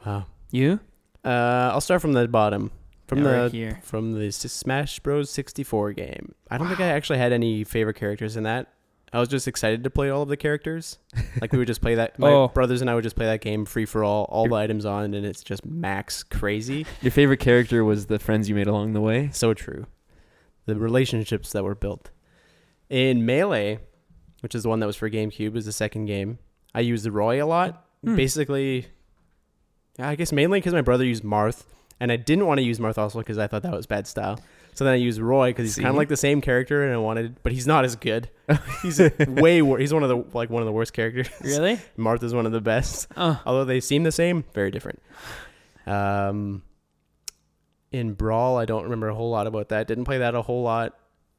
A: Wow.
B: You
A: Uh, I'll start from the bottom. From
B: Yeah,
A: the
B: right here.
A: from the S- Smash Bros 64 game. I don't think I actually had any favorite characters in that. I was just excited to play all of the characters. Like we would just play that. My
B: Oh.
A: brothers and I would just play that game free for all, all the items on, and it's just max crazy.
C: Your favorite character was the friends you made along the way.
A: So true. The relationships that were built in Melee, which is the one that was for GameCube, is the second game. I used Roy a lot,
B: Hmm.
A: basically. I guess mainly because my brother used Marth, and I didn't want to use Marth also because I thought that was bad style. So then I use Roy because he's
C: See?
A: kind of like the same character, and I wanted, but he's not as good. he's way worse. He's one of the like one of the worst characters.
B: Really?
A: Martha's one of the best.
B: Oh,
A: Although they seem the same, very different. Um, in Brawl, I don't remember a whole lot about that. Didn't play that a whole lot.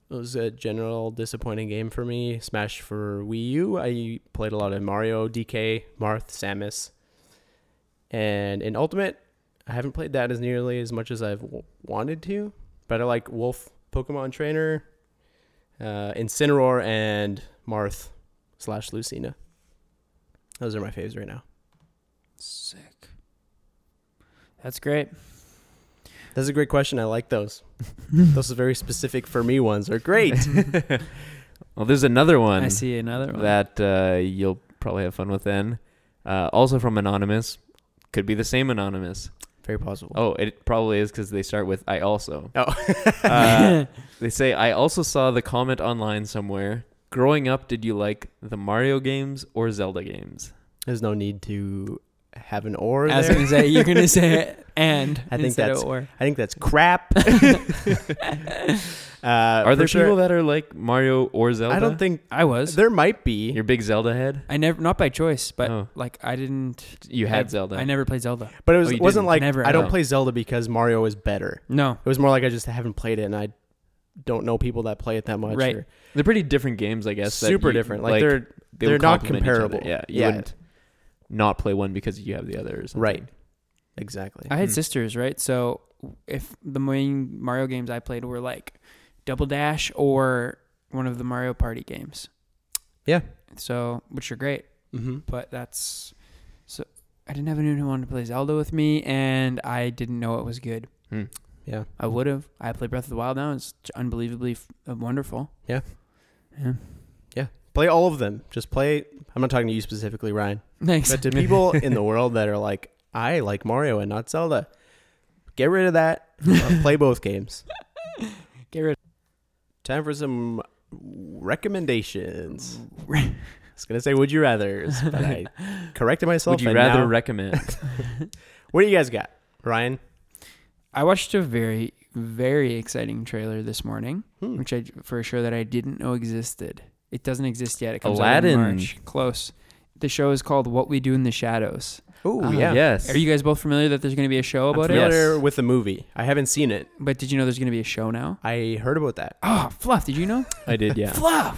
A: It was a general disappointing game for me. Smash for Wii U, I played a lot of Mario, DK, Marth, Samus. And in Ultimate, I haven't played that as nearly as much as I've w- wanted to. But I like Wolf, Pokemon Trainer, uh, Incineroar, and Marth slash Lucina. Those are my faves right now.
B: sick. That's great.
A: That's a great question. I like those. those are very specific for me ones are great.
C: well, there's another one
B: I see another one.
C: that uh, you'll probably have fun with then. Uh, also from Anonymous. Could be the same Anonymous.
A: Very possible.
C: Oh, it probably is because they start with I also.
A: Oh.
C: Uh, They say, I also saw the comment online somewhere. Growing up, did you like the Mario games or Zelda games?
A: There's no need to have an or
B: I was
A: there.
B: gonna say you're gonna say and
A: I think
B: instead of
A: that's-
B: or.
A: I think that's crap. uh,
C: Are there people that are like Mario or Zelda?
A: I don't think
B: Uh, I was.
A: there might be.
C: You're a big Zelda head?
B: I never not by choice, but
C: Oh.
B: like I didn't.
C: You had
B: I,
C: Zelda.
B: I never played Zelda.
A: But it was,
C: Oh, you
A: wasn't
C: didn't.
A: like
B: Never
A: I
B: at
A: don't
C: all.
A: play Zelda because Mario is better.
B: No,
A: It was more like I just haven't played it and I don't know people that play it that much.
B: Right.
A: or-
C: They're pretty different games, I guess. that
A: super
C: you-
A: different. Like, they're
C: they
A: they're
C: would
A: not
C: complement each other.
A: comparable.
C: Yeah. You
A: Yeah.
C: wouldn't not play one because you have the other. Or something.
A: right. Exactly.
B: I had
C: Hmm.
B: sisters, right? So if the main Mario games I played were like Double Dash or one of the Mario Party games,
A: yeah.
B: so which are great,
A: Mm-hmm.
B: but that's so I didn't have anyone who wanted to play Zelda with me, and I didn't know it was good.
A: Hmm. Yeah.
B: I would have. I play Breath of the Wild now. and It's unbelievably f- uh, wonderful.
A: Yeah.
B: Yeah.
A: Play all of them. Just play. I'm not talking to you specifically, Ryan.
B: Thanks.
A: But to people in the world that are like, I like Mario and not Zelda, get rid of that. Uh, play both games.
B: Get rid.
A: Time for some recommendations.
B: Re-
A: I was gonna say would you rather's, but I corrected myself.
C: Would you
A: and
C: rather
A: now-
C: recommend?
A: what do you guys got, Ryan?
B: I watched a very very exciting trailer this morning,
A: Hmm.
B: which I for sure that I didn't know existed. It doesn't exist yet. It comes out in
C: Aladdin.
B: March. Close. The show is called What We Do in the Shadows.
A: Oh
B: Ah,
A: yeah,
C: Yes.
B: Are you guys both familiar that there's going to be a show
A: I'm
B: about it?
C: Yeah.
A: familiar
C: Yes.
A: with the movie. I haven't seen it.
B: But did you know there's going to be a show now?
A: I heard about that.
B: Oh, Fluff, did you know?
C: I did. Yeah.
B: Fluff.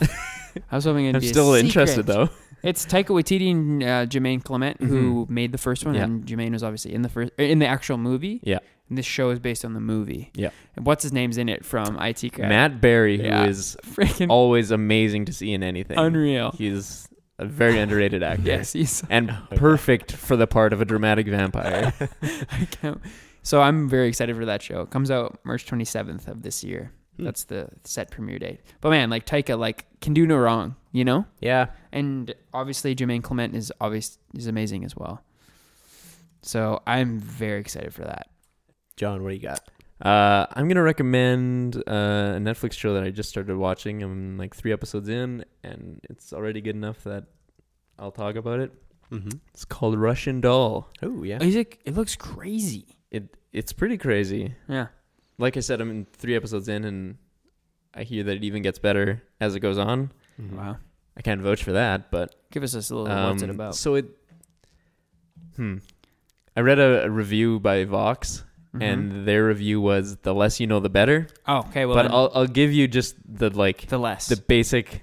B: I was hoping it'd
C: I'm
B: be a
C: still interested
B: secret.
C: though.
B: It's Taika Waititi and uh, Jermaine Clement who made the first one,
C: Mm-hmm. Yeah.
B: and Jermaine was obviously in the first er, in the actual movie.
C: Yeah.
B: And this show is based on the movie.
C: Yeah.
B: And what's his name's in it from IT Crowd?
C: Matt Berry, who is
B: Yeah. freaking
C: always amazing to see in anything.
B: unreal.
C: He's a very underrated actor.
B: Yes, he's.
C: And perfect for the part of a dramatic vampire.
B: I can't. So I'm very excited for that show. It comes out March 27th of this year.
A: Hmm.
B: That's the set premiere date. But man, like Taika, like can do no wrong, you know.
A: Yeah,
B: And obviously Jermaine Clement is obvious is amazing as well. So I'm very excited for that.
A: John, what do you got?
C: Uh, I'm gonna recommend uh, a Netflix show that I just started watching. I'm like three episodes in, and it's already good enough that I'll talk about it.
A: Mm-hmm.
C: It's called Russian Doll.
A: Oh yeah,
B: He's like, it looks crazy.
C: It it's pretty crazy.
B: Yeah.
C: Like I said, I'm in three episodes in, and I hear that it even gets better as it goes on.
A: Mm-hmm.
B: Mm-hmm. Wow.
C: I can't vouch for that, but
B: Give us a little. what's it
C: Um,
B: about?
C: So it. Hmm. I read a, a review by Vox, and their review was "the less you know, the better."
B: Mm-hmm. oh, okay. Well,
C: but
B: then
C: I'll I'll give you just the like
B: the less.
C: the basic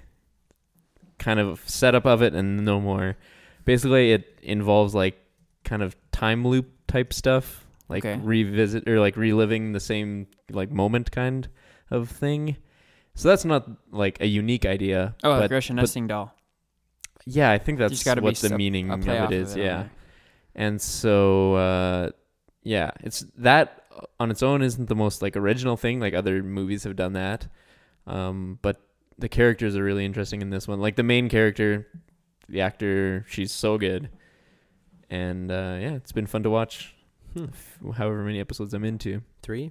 C: kind of setup of it and no more. Basically, it involves like kind of time loop type stuff, like
B: Okay.
C: revisit or like reliving the same like moment kind of thing. So that's not like a unique idea.
B: oh,
C: but
B: aggression nesting doll.
C: yeah, I think that's
B: There's gotta be
C: what the
B: some-
C: meaning
B: A
C: of
B: play off
C: it is.
B: on
C: yeah,
B: there.
C: and so uh, yeah, it's that on its own isn't the most like original thing. Like other movies have done that, um, but the characters are really interesting in this one. Like the main character, the actor, she's so good, and uh, yeah, it's been fun to watch.
A: Hmm.
C: However many episodes I'm into,
A: three.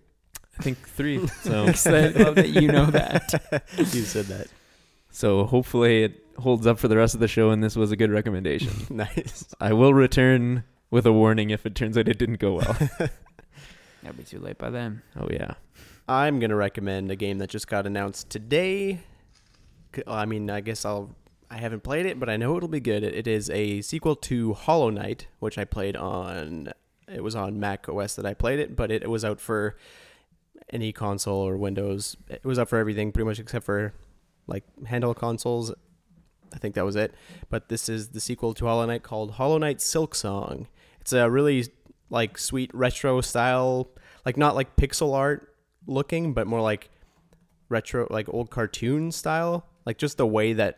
C: I think three. so
B: Excellent. Love that you know that.
A: you said that.
C: so hopefully it holds up for the rest of the show. And this was a good recommendation.
A: nice.
C: I will return with a warning if it turns out it didn't go well.
B: That'll be too late by then.
C: oh yeah.
A: I'm gonna recommend a game that just got announced today. C- I mean, I guess I'll. I haven't played it, but I know it'll be good. It is a sequel to Hollow Knight, which I played on. It was on Mac OS that I played it, but it, it was out for any console or Windows. It was out for everything pretty much except for like handheld consoles. I think that was it. But this is the sequel to Hollow Knight called Hollow Knight Silk Song. It's a really like sweet retro style, like not like pixel art looking, but more like retro, like old cartoon style. Like just the way that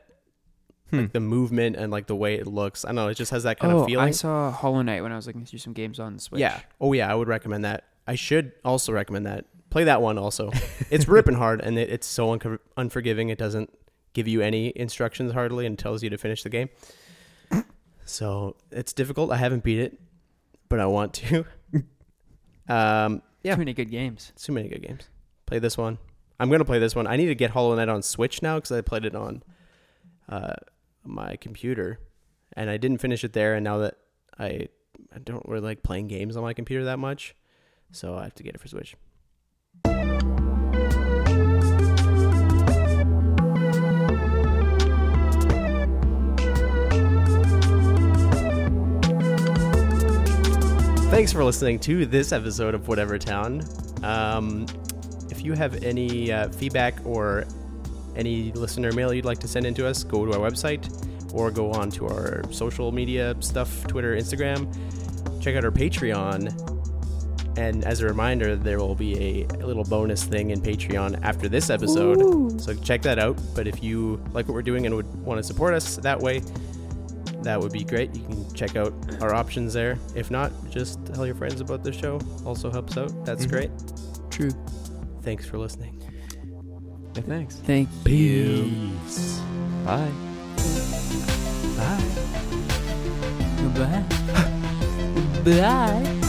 C: Hmm.
A: like the movement and like the way it looks. I don't know. It just has that kind
B: oh,
A: of feeling.
B: I saw Hollow Knight when I was looking through some games on the Switch.
A: Yeah. Oh yeah, I would recommend that. I should also recommend that. Play that one also. It's ripping hard and it, it's so unco- unforgiving. It doesn't give you any instructions hardly and tells you to finish the game. So it's difficult. I haven't beat it, but I want to. um, yeah.
B: Too many good games.
A: it's too many good games. Play this one. I'm gonna play this one. I need to get Hollow Knight on Switch now because I played it on uh, my computer, and I didn't finish it there. And now that I I don't really like playing games on my computer that much, so I have to get it for Switch. Thanks for listening to this episode of Whatever Town. Um, if you have any uh, feedback or any listener mail you'd like to send in to us, go to our website or go on to our social media stuff Twitter, Instagram. Check out our Patreon. And as a reminder, there will be a little bonus thing in Patreon after this episode. So check that out. But if you like what we're doing and would want to support us that way, that would be great. You can check out our options there. If not, just tell your friends about the show. Also helps out. That's
C: Mhm.
A: great.
B: True.
A: Thanks for listening.
C: Yeah, thanks.
B: Thank you.
A: Peace.
C: Bye.
A: Bye.
B: Goodbye. Bye.